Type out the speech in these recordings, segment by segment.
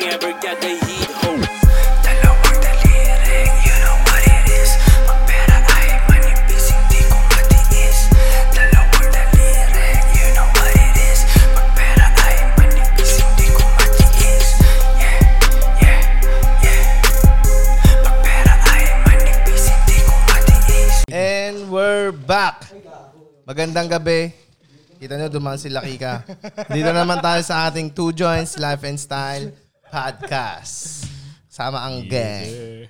tagay hit ho Dalawang daliri, you know what it is Magpera ay manipis, hindi ko matiis Dalawang daliri, you know what it is Magpera ay manipis, hindi ko matiis Yeah, yeah, yeah Magpera ay manipis, hindi ko matiis And we're back. Magandang gabi. Kita nyo, dumaan si Lakika. Dito naman tayo sa ating Two Joints Life and Style podcast. Sama ang gang.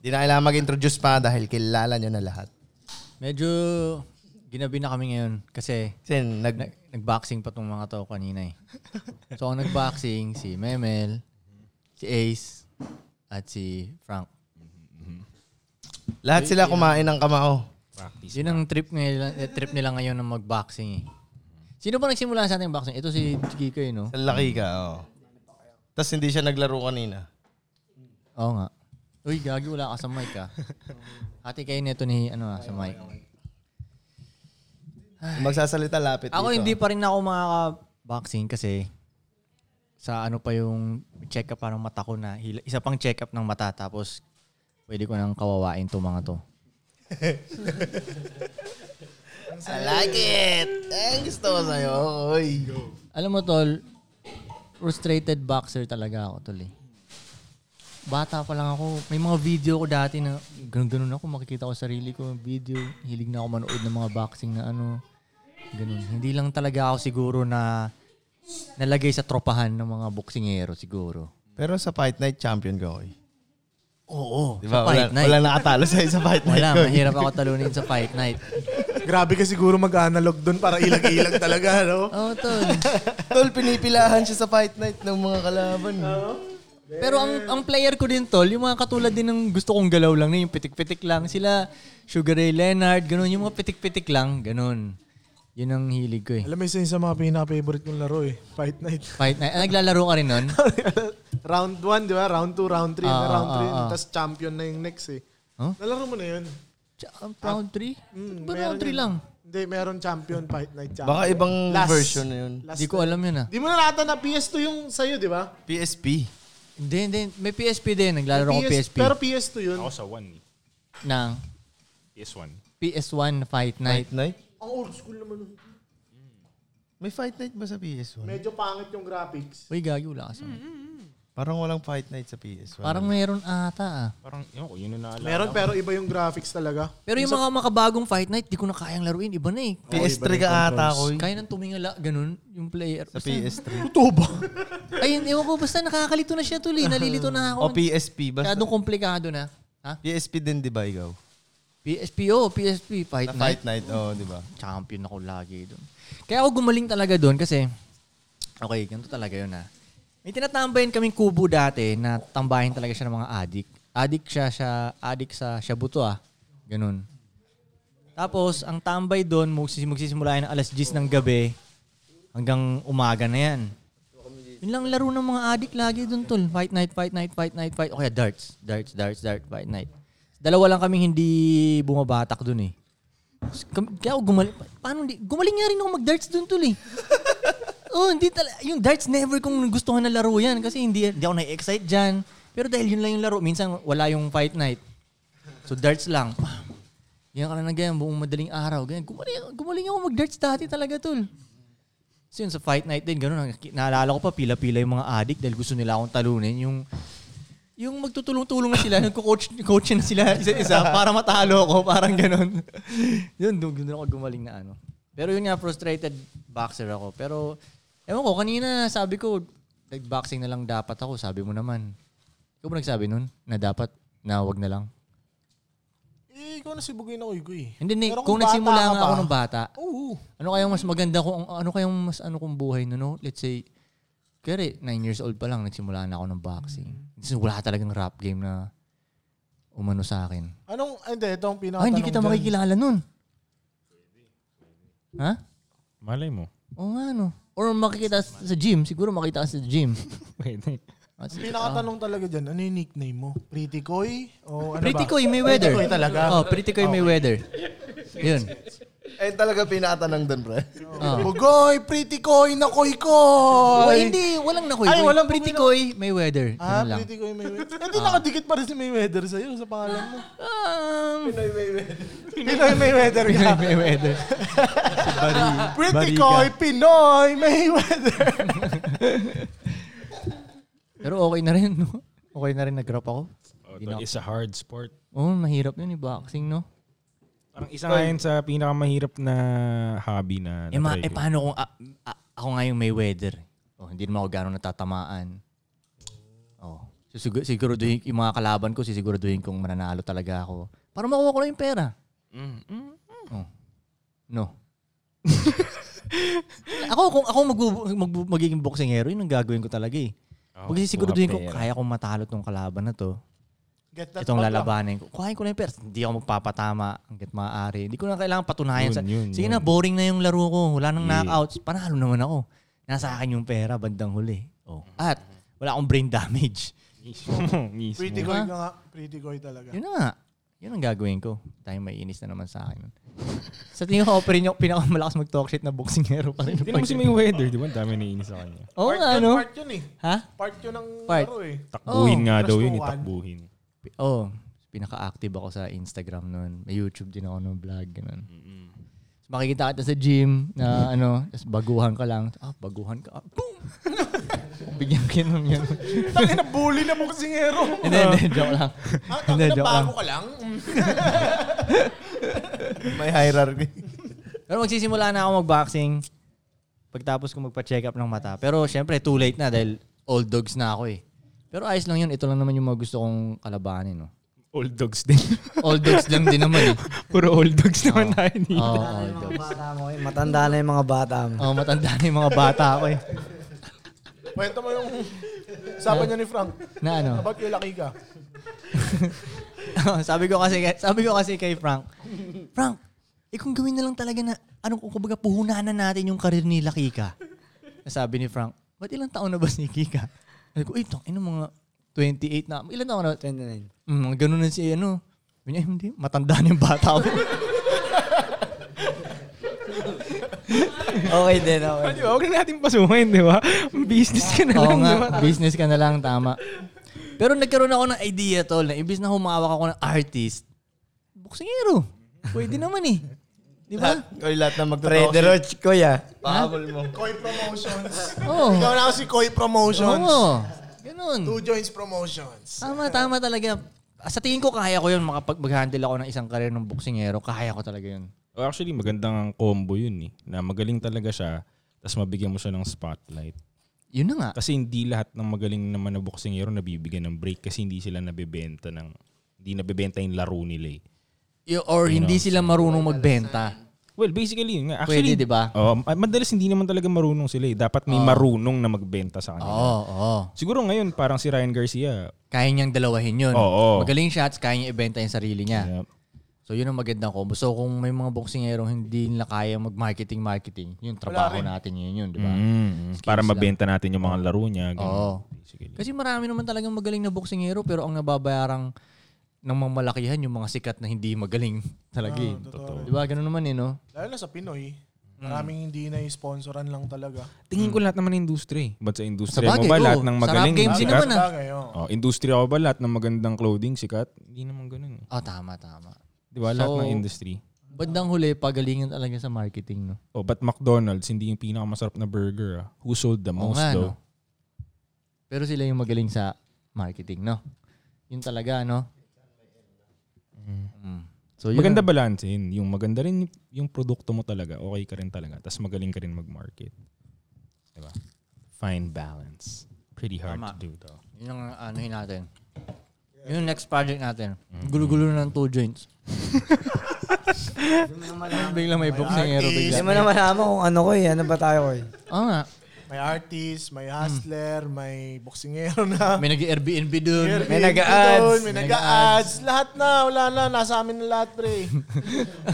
Di na kailangan mag-introduce pa dahil kilala nyo na lahat. Medyo ginabi na kami ngayon kasi Kasi nag... nag- nag-boxing pa tong mga tao kanina eh. So ang nag-boxing, si Memel, si Ace, at si Frank. Lahat sila kumain ng kamao. Yun ang trip nila, eh, trip nila ngayon ng mag-boxing eh. Sino ba nagsimula sa ating boxing? Ito si Kiko eh, no? Sa Lakika, oo. Tapos hindi siya naglaro kanina. Oo nga. Uy, gagi, wala ka sa mic ah. Hati kayo nito ni, ano ah, sa mic. Kung Magsasalita lapit Ako dito. hindi pa rin ako makaka-boxing kasi sa ano pa yung check-up parang mata ko na hila- isa pang check-up ng mata tapos pwede ko nang kawawain to mga to. I like it! Ay, gusto ko sa'yo. Oy. Alam mo tol, frustrated boxer talaga ako tol eh. Bata pa lang ako, may mga video ko dati na ganun-ganun ako, makikita ko sarili ko video, hilig na ako manood ng mga boxing na ano, ganun. Hindi lang talaga ako siguro na nalagay sa tropahan ng mga boksingero siguro. Pero sa Fight Night, champion ka, oy. Oo, Diba? sa fight wala, night. wala Wala, nakatalo sa'yo sa fight night. ko. mahirap ako talunin sa fight night. Grabe ka siguro mag-analog doon para ilag-ilag talaga, no? Oo, Oh, tol. Tol, pinipilahan siya sa fight night ng mga kalaban. Pero ang ang player ko din, tol, yung mga katulad din ng gusto kong galaw lang na yung pitik-pitik lang. Sila, Sugar Ray Leonard, ganun. Yung mga pitik-pitik lang, ganun. Yun ang hilig ko eh. Alam mo, isa yun sa mga pinaka-favorite kong laro eh. Fight Night. Fight night. Ah, Naglalaro ka rin nun? round 1, di ba? Round 2, round 3. Ah, round ah, ah. 3, tapos champion na yung next eh. Huh? Nalaro mo na yun. Ch- um, round 3? Hmm, Mm, ba meron round 3 yun. lang? Hindi, meron champion, Fight Night champion. Baka ibang Last. version na yun. Last Hindi ko alam yun ah. Di mo na nata na PS2 yung sa'yo, di ba? PSP. Hindi, hindi. May PSP din. Naglalaro ko PS PSP. Pero PS2 yun. Ako sa 1. ng PS1. PS1 Fight Night. Fight night? Ang old school naman. nun. May fight night ba sa PS1? Medyo pangit yung graphics. Uy, gagi, wala ka sa Parang walang fight night sa PS1. Parang mayroon ata ah. Parang, yun ko, yun yung naalala. Meron pero iba yung graphics talaga. Pero yung mga makabagong fight night, di ko na kayang laruin. Iba na eh. PS3 ka ata ko. Kaya nang tumingala, ganun, yung player. Sa Basta- PS3. Totoo ba? Ayun, ewan ko, basta nakakalito na siya tuloy. Nalilito na ako. O PSP. Basta, Masyadong komplikado na. Ha? PSP din, di ba ikaw? PSP, oh, PSP, fight Na night. fight night, oo, di ba? Champion ako lagi doon. Kaya ako gumaling talaga doon kasi, okay, ganito talaga yun ha. May tinatambayan kaming kubo dati na tambahin talaga siya ng mga adik. Adik siya, siya adik sa Shabuto ah. Ganun. Tapos, ang tambay doon, magsis- magsisimula yan ng alas 10 ng gabi hanggang umaga na yan. Yun lang laro ng mga adik lagi doon, tol. Fight night, fight night, fight night, fight. O kaya darts. Darts, darts, darts, fight night. Dalawa lang kaming hindi bumabatak doon eh. S- kam- Kaya ako gumaling. Paano hindi? Gumaling nga rin ako mag-darts doon, tol eh. oh, hindi talaga. Yung darts never kong gustuhan na laro yan kasi hindi, hindi ako na-excite dyan. Pero dahil yun lang yung laro, minsan wala yung fight night. So darts lang. Pam. Yan ka na na ganyan, buong madaling araw. Ganyan. Gumaling, gumaling ako mag-darts dati talaga, tol. So yun, sa fight night din, ganun. ang- Naalala ko pa, pila-pila yung mga addict dahil gusto nila akong talunin. Yung, yung magtutulong-tulong na sila, nagko-coach coach na sila isa-isa para matalo ko, parang ganun. yun, doon doon ako gumaling na ano. Pero yun nga, frustrated boxer ako. Pero, ewan ko, kanina sabi ko, nag-boxing na lang dapat ako, sabi mo naman. Ikaw ba nagsabi nun na dapat, na wag na lang? Eh, ikaw na sibugin ako, Igo eh. Hindi, hindi. Pero Kung, bata nagsimula ka nga pa- ako ng bata, Oo. ano kayang mas maganda kung ano kayang mas ano kong buhay no, no? Let's say kaya 9 years old pa lang nagsimula na ako ng boxing. Kasi wala talagang rap game na umano sa akin. Anong, ah, hindi, ito ang pinaka Ah, hindi kita makikilala nun. Ha? Malay mo. Oo nga, no. Or makikita s- sa gym. Siguro makita ka sa gym. Pwede. At sige, ah. Pinakatanong talaga dyan, ano yung nickname mo? Pretty Koy? O ano Pretty ba? Koy Mayweather. Pretty Koy talaga. Oh, Pretty Koy Mayweather. Ayun Yun. Eh, talaga pinatanong doon, pre. Oh. Bugoy, pretty koy, nakoy Well, koy. Oh, hindi, walang nakoy. Ay, walang Pretty Koy, Mayweather. Ah, Ganun lang. pretty koy, Mayweather. Hindi Eh, nakadikit pa rin si Mayweather sa'yo sa pangalan mo. Um, Pinoy Mayweather Pinoy ka. Mayweather. Pretty koy, Pinoy Mayweather. Pero okay na rin, no? Okay na rin nag-rap ako. Oh, ito is a hard sport. Oo, mahirap yun, eh, boxing, no? Parang isa nga yun sa pinakamahirap na hobby na Eh, ma, na-try eh ko. paano kung a- a- ako nga yung Mayweather? Oh, hindi naman ako gano'ng natatamaan. Oh, sisigur- siguraduhin, yung mga kalaban ko, sisiguraduhin kong mananalo talaga ako. Para makuha ko na yung pera. Mm, Oh. No. ako, kung ako mag, mag, magiging boxing hero, yun ang gagawin ko talaga eh. Oh, Pag sisiguraduhin ko, kuha pera. kaya kong matalo tong kalaban na to, Get that itong back lang. lalabanin ko. Kuhain ko na yung pera. Hindi ako magpapatama hanggat maaari. Hindi ko na kailangan patunayan. Yun, sa, yun, Sige yun. na, boring na yung laro ko. Wala nang Yeah. knockouts. Panalo naman ako. Nasa akin yung pera bandang huli. Oh. At wala akong brain damage. Mismo. Pretty koy ka nga. Pretty koy talaga. Yun na nga. Yun ang gagawin ko. Tayo maiinis na naman sa akin. sa tingin ko, pa rin yung pinakamalakas mag-talk shit na boxingero pa rin. Hindi naman si Mayweather, di ba? Ang dami naiinis sa kanya. Oo Part nga, yun, ano? Part yun eh. Ha? Part yun ng Part. laro eh. Takbuhin Oh, nga daw plus yun, two, eh, one. itakbuhin. Oh, pinaka-active ako sa Instagram noon. May YouTube din ako ng vlog. Ganun. So, makikita kita sa gym na ano, tas baguhan ka lang. Ah, baguhan ka. Ah, boom! Bigyan ka nun yun. Tangin na bully na boksingero. Hindi, hindi, joke lang. Ah, tangin Hindi, na joke Ano, lang. bago ka lang. Mm. May hierarchy. Pero magsisimula na ako mag-boxing pagtapos ko magpa-check up ng mata. Pero syempre, too late na dahil old dogs na ako eh. Pero ayos lang yun. Ito lang naman yung mga gusto kong kalabanin. No? Old dogs din. Old dogs lang din naman eh. Puro old Oh. dogs naman tayo dito. Oo, old dogs. Bata mo, eh. Matanda na yung mga bata mo. Oh, matanda na yung mga bata ako eh. Kwento mo yung usapan niya ni Frank. Na ano? About kay Laki ka. Oo, sabi ko kasi sabi ko kasi kay Frank, Frank, eh kung gawin na lang talaga na anong kung kumbaga puhunanan natin yung karir ni La Kika. Sabi ni Frank, ba't ilang taon na ba si Kika? Sabi ko, eh, ino mga 28 na. Ilan taon na? 29. Mm, mga ganun na si ano. Sabi niya, "Eh, hindi, matanda na yung bata mo. Okay din, okay. Di ba? Huwag na natin pasuhin, di ba? Business ka na Oo lang, di ba? nga, business ka na lang, tama. Pero nagkaroon ako ng idea, tol, na ibis na humawak ako ng artist, buksingero. Pwede naman eh. Di ba? Oy, lahat na magtotoo. Fred Roach ko ya. Pahabol mo. Koy Promotions. Oo. Ikaw na ako si Koy Promotions. Oo. Ganun. Two Joints Promotions. Tama, tama talaga. Sa tingin ko, kaya ko yun. Makapag mag-handle ako ng isang karir ng boksingero, kaya ko talaga yun. Oh, actually, magandang combo yun eh. Na magaling talaga siya, tapos mabigyan mo siya ng spotlight. Yun na nga. Kasi hindi lahat ng magaling naman na boksingero nabibigyan ng break kasi hindi sila nabebenta ng hindi nabebenta yung laro nila eh. Y- Or hindi sila marunong magbenta. Well, basically yun nga. Actually, Pwede, di ba? Oh. Oh, ma- madalas hindi naman talaga marunong sila eh. Dapat may marunong na magbenta Oo, sa kanila. oo. Siguro ngayon, parang si Ryan Garcia. Kaya niyang dalawahin yun. Oo. Magaling siya at kaya niya ibenta yung sarili niya. Yeah. So yun ang magandang combo. So kung may mga boksingero hindi nila kaya mag-marketing-marketing, yung trabaho natin yun yun, di ba? Mm-hmm. Mm, para mabenta natin yung mga laro niya. ganun. Oo. Basically. Kasi marami naman talagang magaling na boksingero pero ang nababayarang ng mamalakihan yung mga sikat na hindi magaling talaga. eh. Di ba? Ganun naman eh, no? Lalo na sa Pinoy. Maraming hindi na sponsoran lang talaga. Tingin ko lahat naman ng industry. Ba't sa industry Sa bagay, mo ba oo. lahat ng Sa magaling? rap game din sikat? naman, ah. Bagay, oh. Oh, industry ako ba lahat ng magandang clothing sikat? Hindi naman ganoon. Eh. Oh, tama, tama. 'Di ba? Lahat So- ng industry. Bandang huli, pagalingan talaga sa marketing, no? Oh, but McDonald's hindi yung pinakamasarap na burger. Ah. Who sold the Oo most nga, no? though? Pero sila yung magaling sa marketing, no? Yun talaga, no? Mm. So, yun Maganda ang- balance yun. Yung maganda rin yung produkto mo talaga. Okay ka rin talaga. Tapos magaling ka rin mag-market. Diba? Fine balance. Pretty hard to do though. Yun ang ano yun natin. Yun yung next project natin. Gulo-gulo na ng two joints. biglang may boksingero Hindi bigla. mo naman alam kung ano ko eh. Ano ba tayo ko eh. Oo nga. May artist, may hustler, may boksingero na. May nag-Airbnb dun. May Airbnb nag-a-ads. doon, May nag-a-ads. Lahat na, wala na. Nasa amin na lahat, pre.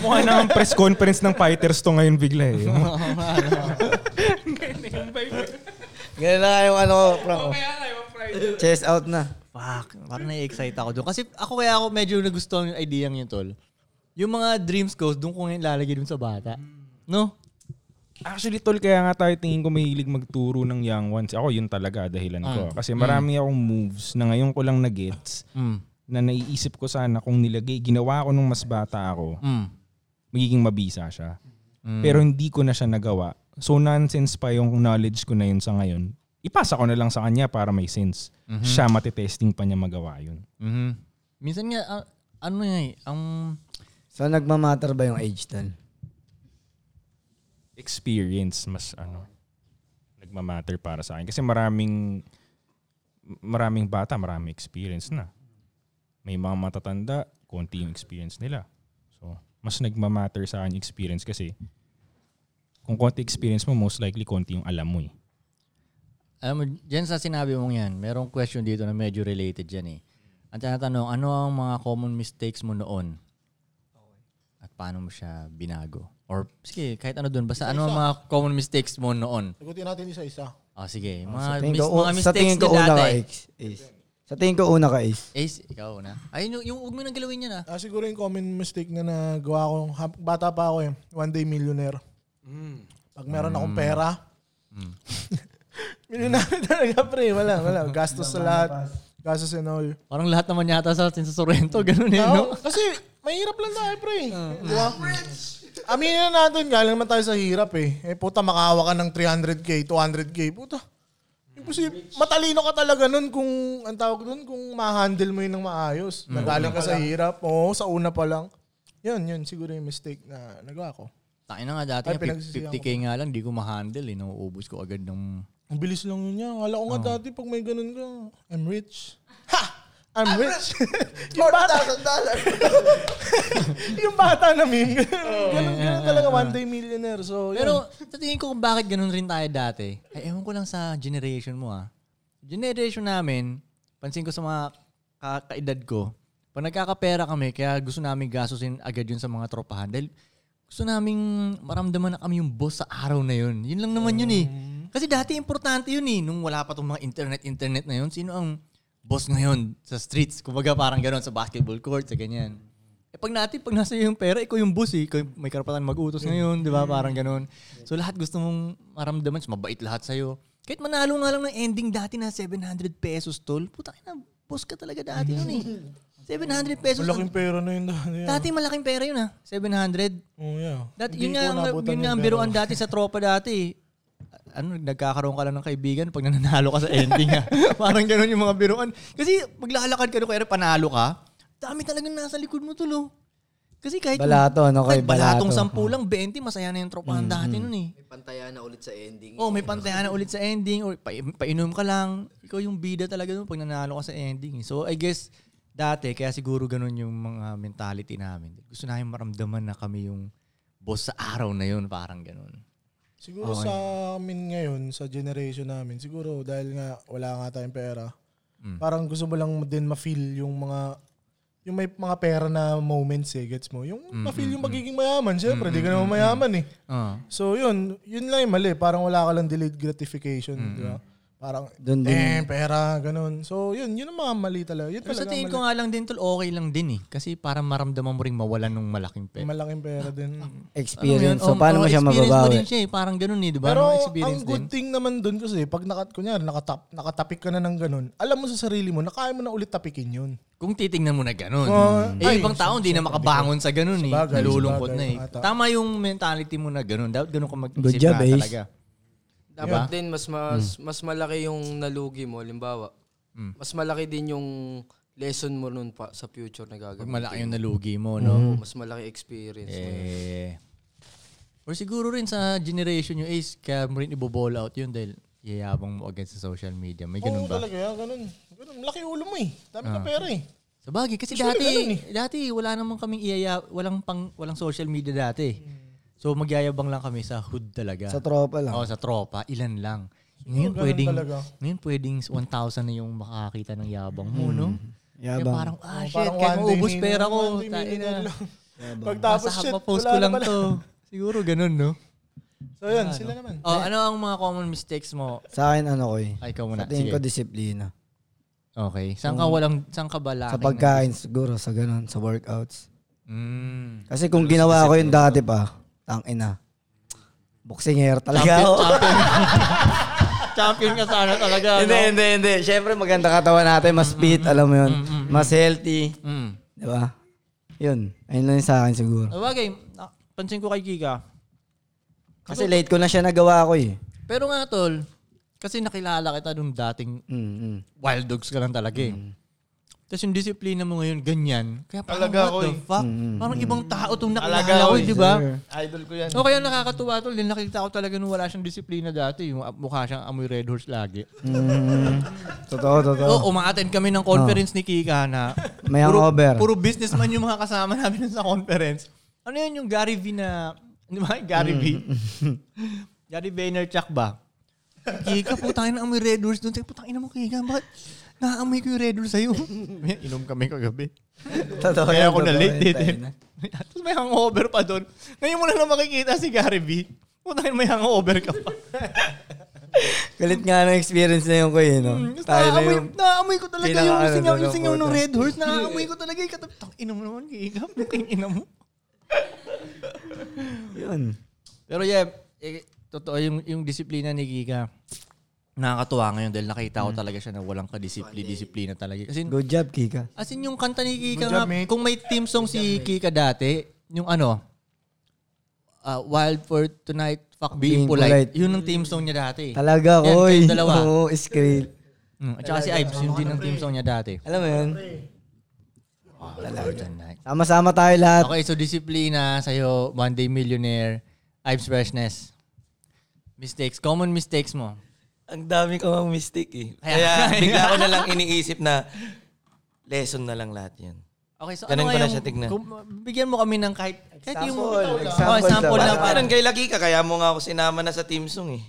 Mukha na ang press conference ng fighters to ngayon bigla eh. Ganun na nga yung ano ko, Frank. Oh. Chest out na. Fuck, parang nai-excite ako doon. Kasi ako kaya ako medyo nagustuhan yung idea niyo, tol. Yung mga dreams ko, doon ko ngayon lalagay dun sa bata. No? Actually, tol, kaya nga tayo tingin ko mahilig magturo ng young ones. Ako, yun talaga, dahilan ko. Kasi marami akong moves na ngayon ko lang na-gets Mm. na naiisip ko sana kung nilagay, ginawa ko nung mas bata ako, Mm. magiging mabisa siya. Pero hindi ko na siya nagawa. So nonsense pa yung knowledge ko na yun sa ngayon. Ipasa ko na lang sa kanya para may sense. Mm-hmm. Siya matitesting pa niya magawa yun. Mhm. Minsan nga, ah, ano nga eh, ang... So, nagmamatter ba yung age doon? Experience, mas ano, nagmamatter para sa akin. Kasi maraming, maraming bata, maraming experience na. May mga matatanda, konti yung experience nila. So, mas nagmamatter sa akin yung experience kasi kung konti experience mo, most likely konti yung alam mo eh. Alam mo, dyan sa sinabi mong yan, merong question dito na medyo related dyan eh. Ang tinatanong, ano ang mga common mistakes mo noon? At paano mo siya binago? Or, sige, kahit ano dun. Basta ano ang mga common mistakes mo noon? Sagutin natin isa-isa. Ah, sige. Mga, Tingin mis- ko, mga Oh, sa mistakes tingin ko niya una ka, dati. Ace. Ace. Sa tingin ko una ka, Ace. Ace, ikaw na. Ay, yung, yung huwag mo nang galawin yan ah. Ah, siguro yung common mistake na nagawa ko, hab- bata pa ako eh, one day millionaire. Pag meron akong pera, millionaire talaga pre, wala, wala. Gastos sa lahat. Gastos and all. Parang lahat naman yata sa atin sa Sorrento, ganun eh, no? Tao- kasi mahirap lang tayo pre. Diba? Di ba? Aminin na natin, galing naman tayo sa hirap eh. Eh puta, makahawa ka ng 300k, 200k, puta. Imposible. Matalino ka talaga nun kung, ang tawag nun, kung ma-handle mo yun ng maayos. Nagaling ka sa hirap. Oo, sa una pa lang. Yun, yun. Siguro yung mistake na nagawa ko. Tayo na nga dati, Ay, nga, pinagsisiyahan 50k nga lang, di ko ma-handle eh. Nauubos ko agad ng... Ang bilis lang yun niya. Akala ko nga dati pag may ganun ka, I'm rich. Ha! I'm, rich. yung bata, yung bata na meme. ganun, ganun talaga, one day millionaire. So, yun. Pero sa tingin ko kung bakit ganun rin tayo dati, ay ewan ko lang sa generation mo ah. Generation namin, pansin ko sa mga ka- kaedad ko, pag nagkakapera kami, kaya gusto namin gasusin agad yun sa mga tropahan. Dahil gusto naming maramdaman na kami yung boss sa araw na yun. Yun lang naman yun eh. Kasi dati importante yun eh. Nung wala pa tong mga internet-internet na yun, sino ang boss ngayon sa streets? Kumbaga parang ganun sa basketball court, sa ganyan. Eh pag natin, pag nasa iyo yung pera, ikaw yung boss eh. Ikaw yung may karapatan Mm. mag-utos ngayon, di ba? Parang ganun. So lahat gusto mong maramdaman, so, mabait lahat sa'yo. Kahit manalo nga lang ng ending dati na 700 pesos, tol. Puta ka na, boss ka talaga dati nun eh. 700 pesos. Mm. Malaking pera na yun. dati. Dati malaking pera yun ah, 700. Oh, yeah. Dati, Hindi yun nga, ko ang- naabutan yun nga ang pero- biruan dati sa tropa dati. Ano, nagkakaroon ka lang ng kaibigan pag nananalo ka sa ending ha. Parang ganun yung mga biruan. Kasi maglalakad ka doon kaya panalo ka, dami talagang nasa likod mo tulo. Kasi kahit... Balato, ano, kay kahit balatong balato. sampu lang, 20, masaya na yung tropahan Mm, dati nun eh. May pantayan na ulit sa ending. Oh, may pantayan na ulit sa ending or pa- painom ka lang. Ikaw yung bida talaga nun pag nanalo ka sa ending. eh. So I guess dati kaya siguro ganun yung mga mentality namin. Gusto namin maramdaman na kami yung boss sa araw na yun, parang ganun. Siguro sa amin ngayon, sa generation namin, siguro dahil nga wala nga tayong pera, Mm. parang gusto mo lang din ma-feel yung mga yung may mga pera na moments eh, gets mo? Yung Mm, ma-feel yung pagiging mayaman, syempre, di ka naman mayaman eh. Ah. So yun, yun lang yung mali. Parang wala ka lang delayed gratification, di ba? Parang, Doon din. eh, pera, ganun. So yun, yun ang mga mali talaga. Yun Pero sa talaga tingin ang ko nga lang din tol, okay lang din eh. Kasi para maramdaman mo rin mawalan ng malaking mali. pera. malaking pera Ah, din. Experience. Ano yun? So, Oh, paano mo siya experience mo mababawi? din siya eh. Parang ganun eh, di ba? Pero Ano, ang experience good din. thing naman doon kasi pag nakat kunyari nakatap nakatapik ka na ng ganun, alam mo sa sarili mo na kaya mo na ulit tapikin 'yun. Kung titingnan mo na ganun. Oh, eh, ay, yung ibang tao hindi na makabangon sa ganun eh. Sabagay, Nalulungkot na sabagay, eh. ata. Tama yung mentality mo na ganun. Dapat ganun ka mag-isip Good job, na Ace. talaga. Dapat din mas mas mas malaki yung nalugi mo, limbawa. Mas malaki din yung lesson mo nun pa sa future na Pag gagawin. Ano, malaki yung nalugi mo, no? Mm-hmm. Mas malaki experience mo. yun. Eh, or siguro rin sa generation nyo, Ace, kaya mo rin ibo-ball out yun dahil yayabang mo agad sa social media. May ganun Oo ba? Ah. talaga, yeah, ganun. Ganun, laki ulo mo eh. Dami ka pera eh. Sa bagay, kasi Actually, dati, ganun eh. dati wala namang kaming iyaya, walang pang, walang social media dati. Mm. So magyayabang lang kami sa hood talaga. Sa tropa lang. Oo, Oh, sa tropa, ilan lang. Ngayon ganun pwedeng talaga. ngayon pwedeng 1,000 na yung makakita ng yabang mo, no? Kaya Hmm. Yabang. parang, ah, Oo, shit, Oh, parang kaya one day maubos million- pera ko. one day Tain millionaire na. lang. Pagtapos Nasa shit, haba post wala ko na lang pala. to. Siguro ganun, no? So yun, sila naman. Oh, ano ang mga common mistakes mo? Sa akin, ano ko eh. Ay, ikaw Sa muna. tingin ko, Sige. disiplina. Okay. Saan ka walang, saan ka bala? Sa pagkain, siguro, sa ganun, sa workouts. Mm. Kasi kung ginawa ko yun dati pa, tang ina. Boksinger talaga ako. Champion ka sana talaga, hindi, hindi, hindi. Siyempre maganda katawan natin. Mas fit, alam mo yun. Mas healthy. Mm. Di ba? Yun. Ayun lang yun sa akin siguro. Sabagay, ah, pansin ko kay Giga. Kasi late ko na siya nagawa ko eh. Pero nga, tol, kasi nakilala kita nung dating Mm, mm. wild dogs ka lang talaga eh. Tapos yung disiplina mo ngayon, ganyan. Kaya parang Talaga, what the oy. fuck? Parang ibang tao itong Talaga, nakilala ko, oy. eh, di ba? Idol ko yan. O kaya nakakatuwa tol, din nakita ko talaga nung wala siyang disiplina dati. Yung mukha siyang amoy red horse lagi. Totoo, totoo. Oo, Oh. umaattend kami ng conference ni Kika na May hangover. puro businessman yung mga kasama namin sa conference. Ano yun yung Gary V na, di ba? Mm. Gary V? Gary Vaynerchuk ba? Kika, putang ina, amoy Red Horse doon. Sabi, Putang ina mo, Kika, bakit naamoy ko yung Red Horse sa'yo? Inom kami kagabi. Totoo Kaya yan, ako totoo na-late yan, din. tayo na. Tapos may hangover pa doon. Ngayon mo na lang makikita si Gary V. Putang ina, may hangover ka pa. Galit nga ng experience na yun ko eh, no? Mm, Tapos Tayo na naaamoy, yung... naaamoy ko talaga yung pinakaano singaw, na yung ng singaw ng photo. Red Horse. Naaamoy ko talaga. Ikatapang, ina mo naman, Kika. Putang ina mo. Yun. Pero yeah, eh, totoo yung, yung disiplina ni Giga. Nakakatuwa ngayon dahil nakita ko talaga siya na walang kadisiplina-disiplina talaga. Kasi Good job, Kika. As in, yung kanta ni Kika nga, kung may team song si Kika dati, yung ano, ah, Wild for Tonight, Fuck Being, Being polite. Polite. Yun ang team song niya dati. Talaga, Yan, oy. kayong dalawa. Oo, Skrill. Mm, at saka si Ives, yun din ang team song niya dati. Alam mo yun? Wild for Tonight. Sama-sama tayo lahat. Okay, so disiplina sa'yo, One Day Millionaire, Ives Freshness. Mistakes, common mistakes mo. Ang dami ko ang mistake eh. Kaya- Kaya bigla ko na lang iniisip na lesson na lang lahat yan. Okay, so Ganun ano ko na ngayong- siya tignan. kung- bigyan mo kami ng kahit, kahit yung... Example, Oh, example example daw. lang. Parang Parang, ganun kay Lucky ka, kaya mo nga ako sinama na sa team song eh.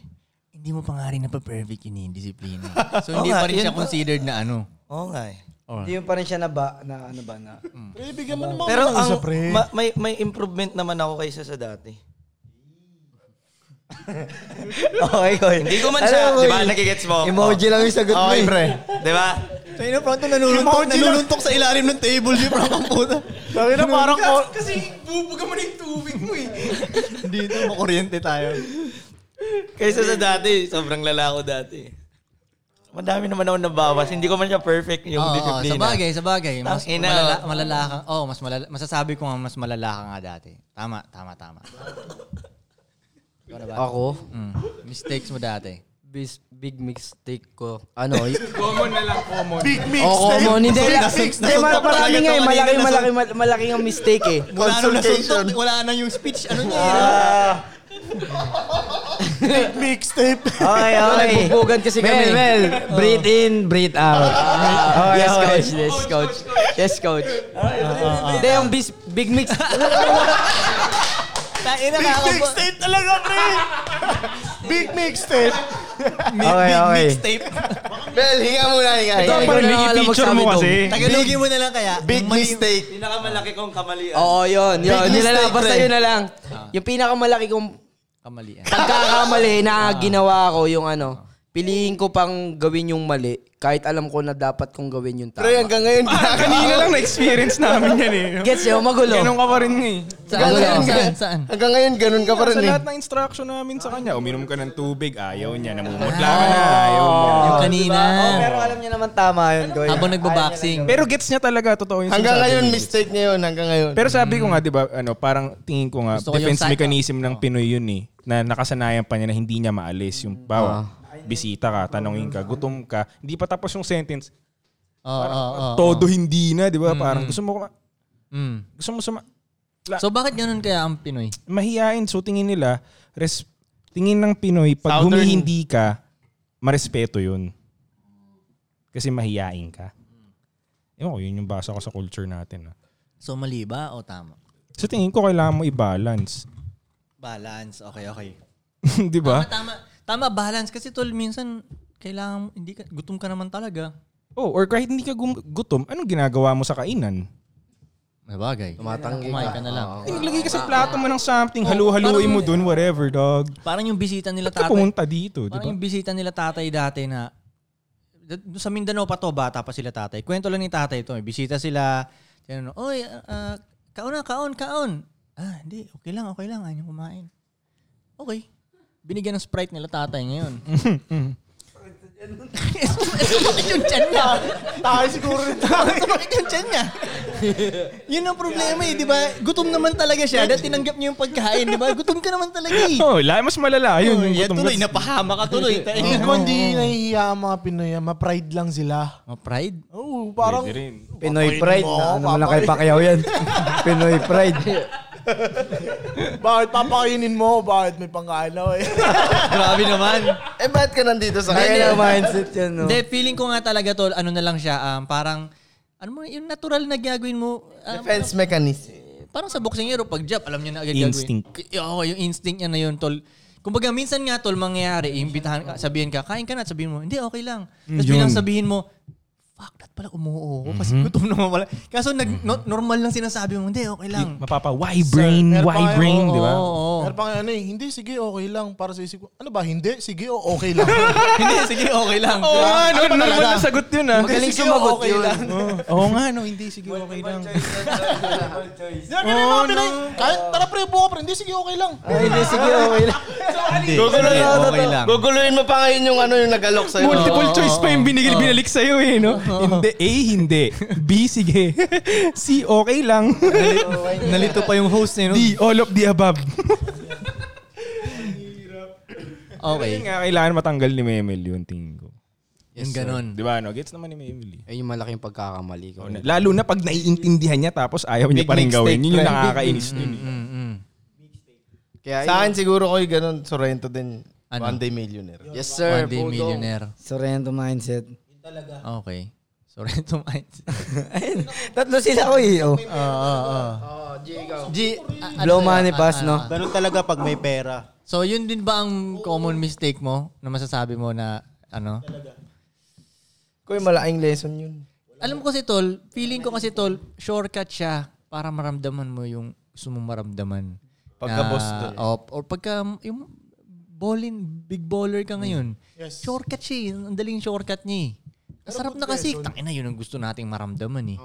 hindi mo pa nga rin perfect yun eh, disiplina. So hindi Oo nga, pa rin yun siya pa. considered na ano. Oo nga eh. Hindi yun pa rin siya na ba, na ano ba, na... Pre, bigyan mo naman. Pero ang, ma- may, may improvement naman ako kaysa sa dati. okay, okay. Hindi ko man siya, di ba? Nagigets mo? Oh, Emoji lang yung sagot mo. Okay, eh. pre. Di ba? Sa inyo, Franco, nanuluntok, nanuluntok sa ilalim ng table si Franco ang puta. Sabi na parang ko. eh. Dito, makuryente tayo. Kaysa sa dati, sobrang lala ko dati. Madami naman ako nabawas. Hindi ko man siya perfect yung Oo, disiplina. sa bagay, sa bagay. Mas Tang ina. malala, malala ka. Oo, mas malala, masasabi ko nga mas malala ka nga dati. Tama, tama, tama. Ako? Mm. Mistakes mo dati. Bis, big mistake ko. Ano? y- Common na lang, common. Big oh, common. Hindi. Hindi, mar- marami nga eh. Malaki, malaki, malaki, malaki ang mistake eh. Wala nang nasuntok, wala na yung speech. Ano niya yun? Mixtape. Okay, okay. Nagbubugan kasi Mel, kami. Mel, breathe in, breathe out. Okay, yes, okay. coach. Yes, coach. Yes, coach. Ah. Hindi, yung bis, big mix. Ina ka ako. Mixtape talaga, pre. Big mixtape. eh, Okay, okay. Tape. Bel, hinga muna, hinga. hinga. Ikaw na nga alam picture magsabi mo dong. kasi. Tagalogin mo na lang kaya. Big mistake. Pinakamalaki kong kamalian. Oo, yun. Yun, Big yun na lang. mistake, Basta pre. yun na lang. Yung pinakamalaki kong Kamalian. pagkakamali na ginawa ko, yung ano, piliin ko pang gawin yung mali kahit alam ko na dapat kong gawin yung Pre, tama. hanggang ngayon, Kanina lang na-experience namin yan eh. Gets yun? Magulo. Ganun ka pa rin eh. Saan? Saan? Saan? Saan? hanggang ngayon, ganun ka pa rin Sa eh. lahat ng instruction namin sa kanya, uminom ka ng tubig, ayaw niya, namumutla ka na, ayaw niya. Yung kanina. Oh, pero alam niya naman tama yun, Goy. Habang nagbaboxing. Pero gets niya talaga, totoo yung Hanggang sinasabi ngayon, niya. mistake niya yun, hanggang ngayon. Pero sabi ko nga, di ba, ano, parang tingin ko nga, Mm. Gusto ko yung Oh. defense side- mechanism ng Pinoy yun eh. Na nakasanayan pa niya na hindi niya maalis. Yung Ah. bawa, bisita ka, tanongin ka, gutom ka. Hindi pa tapos yung sentence. Oo, oo, oo. Todo hindi na, di ba? Parang gusto mo, kuma- Mm. gusto mo suma- So bakit ganun kaya ang Pinoy? mahihain. So tingin nila, res- tingin ng Pinoy, pag Southern- humihindi ka, marespeto yun. Kasi mahihain ka. Ewan ko, yun yung basa ko sa culture natin. ah. So mali ba o tama? So tingin ko, kailangan mo i-balance. Balance. Okay, okay. di ba? Tama, tama balance kasi tol minsan kailangan hindi ka, gutom ka naman talaga. Oh, or kahit hindi ka gum- gutom, anong ginagawa mo sa kainan? May bagay. Tumatanggi Kumain ka na lang. Naglagay ka sa plato mo ng something, halu-haluin mo dun, whatever, dog. Parang yung bisita nila Ba't ka tatay. pumunta dito, di Parang ba? yung bisita nila tatay dati na doon sa eh. Mindanao pa to, bata pa sila tatay. Kwento lang ni tatay to. May bisita sila. Tinanong, Oy, ah, ah, Kaon na, kaon, kaon. Ah, hindi. Okay lang, okay lang. Ayaw niyang kumain. Okay. Binigyan ng Sprite nila tatay ngayon. Sumakit yung tiyan niya. Tayo siguro rin. Sumakit yung tiyan niya. Yun ang problema eh, di ba? Gutom naman talaga siya dahil tinanggap niya yung pagkain, di ba? Gutom ka naman talaga eh. Oh, la, mas malala yun. Yun, yung yan gutom tuloy, ka- napahama ka tuloy. Hindi ko hindi nahihiya ang mga Pinoy. ah. Ma-pride lang sila. Oh, pride? Oo, parang... Pwede rin. Papayin Pinoy pride. mo, na, ano mo na kay papayin. Pacquiao yan. Pinoy pride. Bakit papakainin mo? Bakit may pangalaw eh? Grabe naman. Eh, ba't ka nandito sa kanya? Kaya na mindset yan, no? Hindi, feeling ko nga talaga tol, ano na lang siya, um, parang, ano mo, yung natural na gagawin mo, um, Defense mechanism. parang sa boksingero, pag jab, alam niya na agad Instinct. gagawin. K- eh, Oo, yung instinct niya na yun, tol. Kumbaga, minsan nga, tol, mangyayari, imbitahan ka, sabihin ka, kain ka na, sabihin mo, hindi, okay lang. Tapos yun. bilang sabihin mo, fuck, that pala umuo ako kasi gutom naman pala. Kaso nag, no- normal lang sinasabi mo, hindi, okay lang. Mapapa, why brain, meron pa why kayo- brain, di ba? Oo, oo. Pero pang ano eh, hindi, sige, okay lang. Para sa isip ko, ano ba, hindi, sige, o okay lang. hindi, sige, okay lang. Oo nga, Ah, no, normal na sagot yun ah. Magaling sumagot okay yun. lang. Oo nga, no, hindi, sige, okay lang. Hindi, ganun oh, mga Pinoy. Kahit tara pre, buka pre, hindi, sige, okay lang. Ay, hindi, sige, okay lang. Hindi, Guguluhin, sige, mo- okay lang. guguluhin mo pa ngayon yung ano yung nagalok sa'yo. Multiple choice pa yung binigil, binalik sa'yo eh, no? Hindi, A, hindi. B, sige. C, okay lang. Nalito pa yung host niya, no? D, all of the above. Okay. Yun nga, kailangan matanggal ni Memel yun, tingin ko. Yung ganun. Di ba, no? Gets naman ni Memel eh. Ayun yung malaking pagkakamali ko. rin. Lalo na pag naiintindihan niya tapos ayaw niya Big pa rin mistake, gawin. Yun yung pre. nakakainis dun eh. Kaya Sa yun. akin siguro ko ganun, Sorrento din. Ano? One day millionaire. Yes sir, One day Pudong. millionaire. Sorrento mindset. Okay. Sorrento mindset. Ayun, tatlo sila ko eh. Oh. G, ano Blow money pass, ah, no? Ganun talaga pag may pera. So, yun din ba ang common mistake mo na masasabi mo na ano? Kuya, malaking lesson yun. Alam ko si Tol, feeling ko kasi Tol, shortcut siya para maramdaman mo yung gusto mong maramdaman. Pagka boss Tol. O, or pagka yung ballin, big baller ka ngayon. Yes. Shortcut siya eh. Ang daling shortcut niya eh. Ang sarap na kasi. Tangina, yun ang gusto nating maramdaman eh.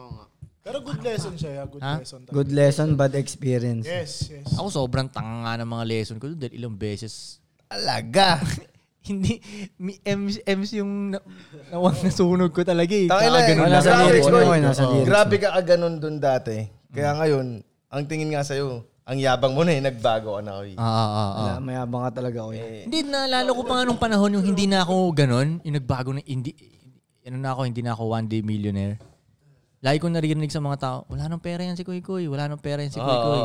Pero good lesson siya, yeah, good Ha? lesson. talaga. Good lesson, bad experience. Yes, yes. Ako sobrang tanga nga ng mga lesson ko doon dahil ilang beses Alaga. hindi mi M's, M's yung na, nawang nasunog ko talaga eh. Tangina eh. Kakaganun Wala lang sa ako. lyrics mo Ano, eh. eh, nasa lyrics Grabe ka kaganon dun dati. Kaya ngayon, ang tingin nga sa'yo, ang yabang mo na eh, nagbago ka na. Oy. Ah, ah, ah, ah. Wala, mayabang ka talaga, oy. Hindi, naalala ko pa nga nung panahon yung hindi na ako ganun. Yung nagbago na hindi, ano na ako, hindi na ako one day millionaire. Lagi ko naririnig sa mga tao, wala nang pera yan si Kuy Kuy, wala nang pera yan si Kuy Kuy.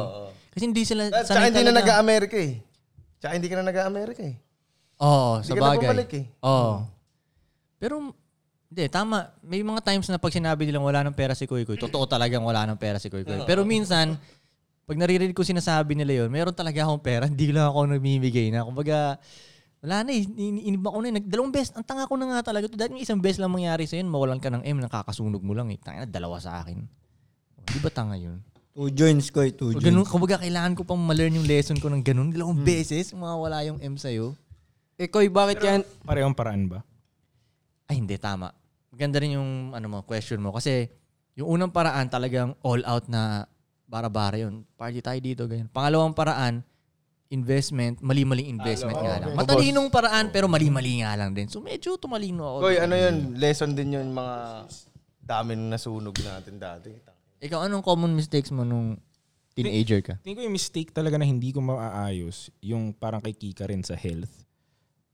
Kasi hindi sila At Ah, saka sanay hindi na talaga. nag-Amerika eh. Tsaka hindi ka na nag-Amerika eh. Oo, ka sa na bagay. bumalik eh. Oo. Pero, hindi, tama. May mga times na pag sinabi nilang wala ng pera si Kuy Kuy, totoo talagang wala ng pera si Kuy Kuy. Pero minsan, pag naririnig ko sinasabi nila yun, meron talaga akong pera, hindi lang ako namimigay na. Kumbaga, wala na eh, iniinib ako na eh. Nag- Dalawang beses, ang tanga ko na nga talaga. to. Dahil yung isang beses lang mangyari sa'yo, mawalan ka ng M, nakakasunog mo lang eh. Tanga na, dalawa sa akin. Di ba tanga yun? Two joints ko, eh, O two joints. ganun, kumbaga kailangan ko pang ma-learn yung lesson ko ng ganun. Dalawang Hmm. beses, mawawala yung M sa'yo. Ikoy, bakit yan? Parehong paraan ba? Ay, hindi, tama. Maganda rin yung ano mo, question mo. Kasi yung unang paraan talagang all out na bara-bara yun. Party tayo dito, ganyan. Pangalawang paraan, investment, mali-maling investment Ano? nga Oh, lang. Matalinong paraan pero mali-mali nga lang din. So medyo tumalino ako. Koy, ano yun? Lesson din yun mga dami nung nasunog natin dati. Ikaw, anong common mistakes mo nung teenager ka? Tingin ko yung mistake talaga na hindi ko maaayos, yung parang kay Kika rin sa health.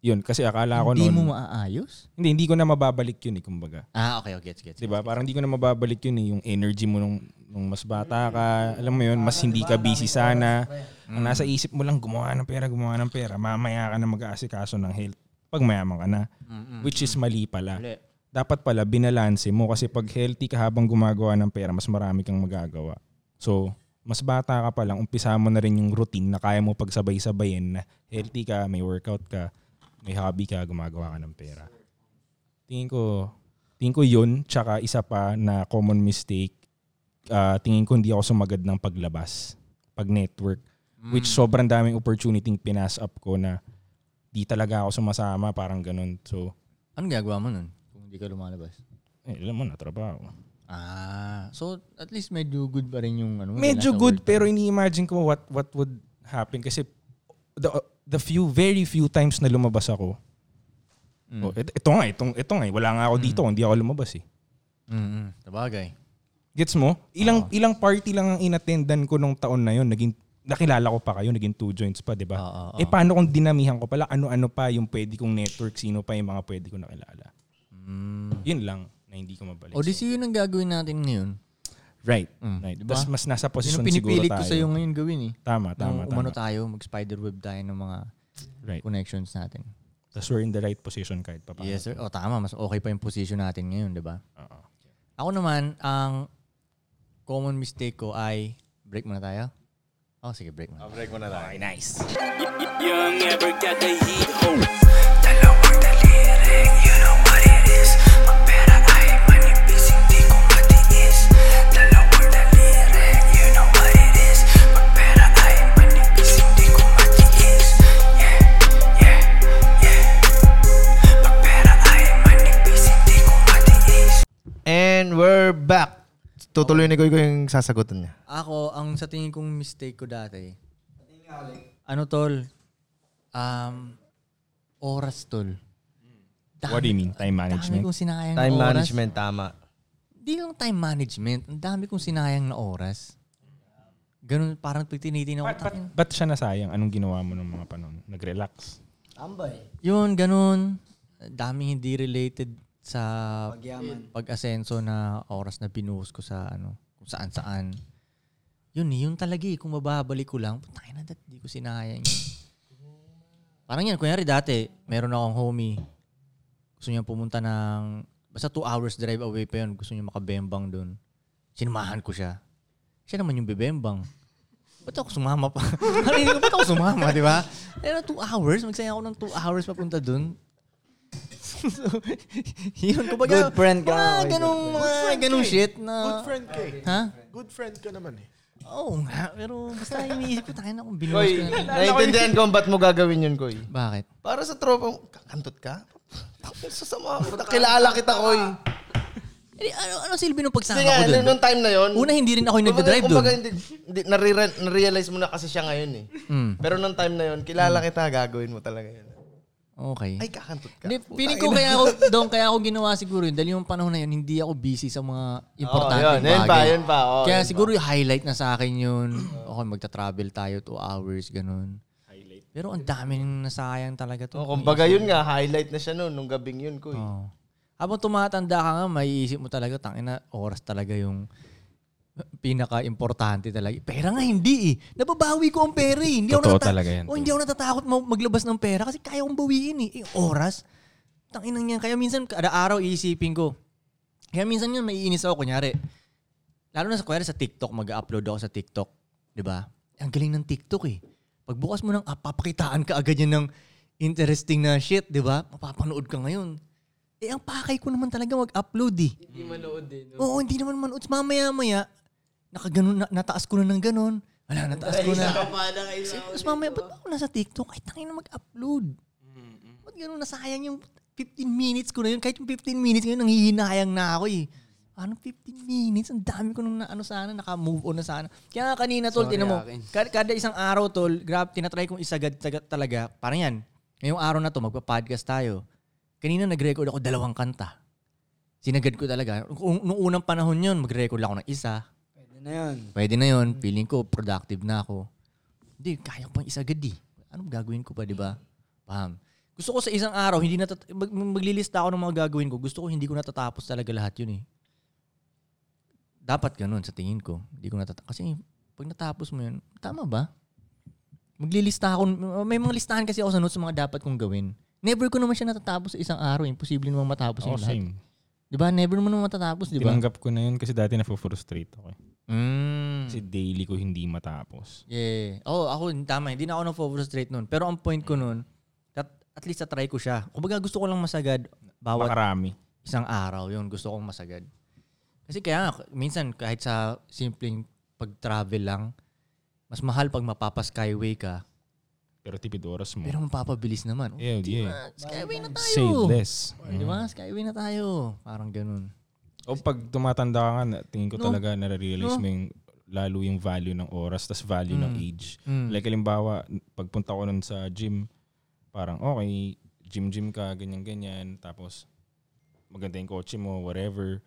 Yun, kasi akala ko Hindi noon, mo maaayos? hindi, hindi ko na mababalik yun eh, kumbaga. Ah, okay, okay. Gets, gets. Di ba? Diba? Parang hindi ko na mababalik yun eh, yung energy mo nung, nung mas bata ka, alam mo yun, mas hindi ka busy sana. Ang nasa isip mo lang, gumawa ng pera, gumawa ng pera, mamaya ka na mag-aasikaso ng health pag mayaman ka na. Which is mali pala. Dapat pala, binalanse mo kasi pag healthy ka habang gumagawa ng pera, mas marami kang magagawa. So, mas bata ka pa lang, umpisa mo na rin yung routine na kaya mo pagsabay-sabayin na healthy ka, may workout ka, may hobby ka, gumagawa ka ng pera. Tingin ko, tingin ko yun, tsaka isa pa na common mistake, ah, tingin ko hindi ako sumagad ng paglabas, pag-network, which sobrang daming opportunity pinas up ko na di talaga ako sumasama, parang ganun. So, Anong gagawa mo nun kung hindi ka lumalabas? eh, alam mo na, trabaho. Ah, so at least medyo good pa rin yung ano. mo, Medyo nasa good work. pero ini-imagine ko what what would happen kasi the the few very few times na lumabas ako. Oh, it, ito nga, itong ito nga, eh, wala nga ako dito, hindi ako lumabas eh. Mm-mm. Sabagay. Gets mo? Ilang Ah. ilang party lang ang inattendan ko nung taon na yon, naging nakilala ko pa kayo, naging two joints pa, 'di ba? Ah, Eh paano kung dinamihan ko pala ano-ano pa yung pwede kong network, sino pa yung mga pwede ko nakilala. Yun lang na hindi ko mabalik. O Hmm. Oh, di so yun ang gagawin natin ngayon. Right. right. Diba? Mas, mas nasa posisyon Yun ang siguro tayo. Pinipilit ko sa'yo ngayon gawin eh. Tama, tama, Nang tama. Umano tayo, mag-spiderweb tayo ng mga Right. connections natin. Tapos we're in the right position kahit pa paano. Yes sir. O tama, mas okay pa yung position natin ngayon, di ba? Ako naman, ang common mistake ko ay, break muna tayo? Oh, sige, break muna. break muna tayo. nice. Young ever got the heat home. And we're back. Tutuloy ni Goy ko yung sasagutan niya. Ako, ang sa tingin kong mistake ko dati, ano tol, um, oras tol. What do you mean? Time Dami management? kong sinayang Time na oras. management, tama. Di lang time management. Ang dami kong sinayang na oras. Ganun, parang pag tinitingnan ko, Ba't, ba't, ba't siya nasayang? Anong ginawa mo ng mga panon? Nag-relax? Yun, ganun. Daming hindi related sa pag-asenso na oras na binuhos ko sa ano, kung saan-saan. Yun, yun talaga eh. Kung mababalik ko lang, putang na, dati di ko sinayang yun. Parang yan, kunyari dati, meron akong homie. Gusto niya pumunta ng, basta two hours drive away pa yun. Gusto niya makabembang doon. Sinamahan ko siya. Siya naman yung bebembang. Ba't ako sumama pa? Narinig ko, ba't ako sumama, di ba? Pero two hours, magsaya ako ng two hours papunta dun. so, yun, kumbaga, Good friend ka. Mga Okay, ganong, good mga ganong shit na... Good friend ka eh. Ha? Good friend ka naman eh. Oo nga, pero basta iniisip ko tayo na kung binuhos Goy, ko na. naiintindihan ko ba't mo gagawin yun, Goy. Bakit? Para sa tropa mo, kakantot ka? Sasama ako. Kilala kita, Goy. Eh, di, ano, ano silbi nung pagsama Kasi ko nga, dun? ano nung time na yun, Una, hindi rin ako yung nagdadrive dun. Kumbaga, hindi, hindi, narira- narealize mo na kasi siya ngayon eh. Mm. Pero nung time na yun, kilala kita, gagawin mo talaga yun. Okay. Ay, kakantot ka. Hindi, feeling ko kaya ako, doon kaya ako ginawa siguro yun. Dahil yung panahon na yun, hindi ako busy sa mga Oh, importante yun, bagay. yun pa, yun pa, oo, kaya yun siguro yung highlight na sa akin yun. Okay, magta-travel tayo, two hours, ganun. Pero ang dami nang nasayang talaga to. Oh, kumbaga yun nga, highlight na siya noon, nung gabing yun, Kuy. Oo. Habang tumatanda ka nga, maiisip mo talaga, tangina, oras talaga yung pinaka-importante talaga. Pera nga hindi eh. Nababawi ko ang pera eh. Hindi ako Totoo natata- talaga yan, Oh, hindi ako natatakot ma- maglabas ng pera kasi kaya kong bawiin eh. eh oras. Tanginang yan. Kaya minsan, kada araw iisipin ko. Kaya minsan yun, maiinis ako. Kunyari, lalo na sa kunyari sa TikTok, mag-upload ako sa TikTok. 'di ba? Ang galing ng TikTok eh. Pagbukas mo ng app, papakitaan ka agad yan ng interesting na shit, 'di ba? Mapapanood ka ngayon. Eh, ang pakay ko naman talaga mag-upload eh. Hindi manood din. Oo, hindi naman manood. Mamaya-maya, nakaganon, na, nataas ko na ng ganon. Wala, nataas ko na. Tapos mamaya, ba't ba ako nasa TikTok? Kahit tangin na mag-upload. Ba't ganun nasayang yung 15 minutes ko na yun? Kahit yung 15 minutes ngayon, nanghihinayang na ako eh. Ano 15 minutes? Ang dami ko nung na, ano sana, naka-move on na sana. Kaya nga kanina tol, Sorry, ah. tinan mo, akin. kada, kada isang araw tol, grab, tinatry kong isagad taga- talaga. Parang yan, ngayong araw na to, magpa-podcast tayo. Kanina nag-record ako dalawang kanta. Sinagad ko talaga. Kung- Nung unang panahon yun, mag-record lang ako ng isa. Pwede na yun. Pwede na yun. Feeling ko, productive na ako. Hindi, kaya ko pang isagad eh. Ano gagawin ko pa, di ba? Pam. Gusto ko sa isang araw, hindi natat- mag- maglilista ako ng mga gagawin ko. Gusto ko hindi ko natatapos talaga lahat yun eh. Dapat ganun sa tingin ko. Hindi ko natatapos. Kasi pag natapos mo yun, tama ba? Maglilista ako. May mga listahan kasi ako sa notes sa mga dapat kong gawin. Never ko naman siya natatapos sa isang araw. Imposible namang matapos Oh, yung lahat. same. Di ba? Never mo naman matatapos, di ba? Tinanggap ko na yun kasi dati na-frustrate ako. eh. Mm. Kasi daily ko hindi matapos. Yeah. Oh, ako tama, hindi na ako na-frustrate noon. Pero ang point ko noon, at, at least na-try ko siya. Kumbaga gusto ko lang masagad bawat Makarami. isang araw. Yun, gusto kong masagad. Kasi kaya nga, minsan kahit sa simpleng pag-travel lang, mas mahal pag mapapa-skyway ka, Pero tipid oras mo. pero mapapabilis naman. yeah, yeah. Oh, skyway na tayo! Save less. Mm. Di ba? Skyway na tayo. Parang ganun. O pag tumatanda ka nga, na- tingin ko No. talaga nare-realize No. mo yung lalo yung value ng oras tas value ng Mm. age. Mm. Like halimbawa, pagpunta ko nun sa gym, parang okay, gym-gym ka, ganyan-ganyan, tapos maganda yung kotse mo, whatever.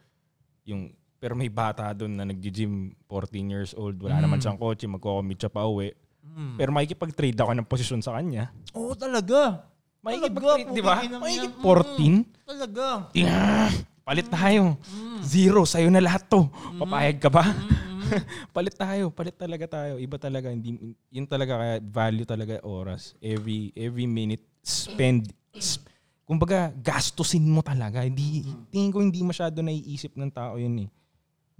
Yung, pero may bata doon na nag-gym, 14 years old, wala Mm. naman siyang kotse, magkocommit siya pa uwi. Mm. Pero makikipag-trade ako ng posisyon sa kanya. Oo, oh, talaga. Mahigit, Di ba? Mahigit 14? Mm, Talaga. Yeah. Palit tayo. Zero. Sa'yo na lahat to. Papayag ka ba? palit tayo. Palit talaga tayo. Iba talaga. Hindi, yun talaga kaya value talaga oras. Every every minute spend. sp- kumbaga, gastusin mo talaga. Hindi, tingin ko hindi masyado naiisip ng tao yun eh.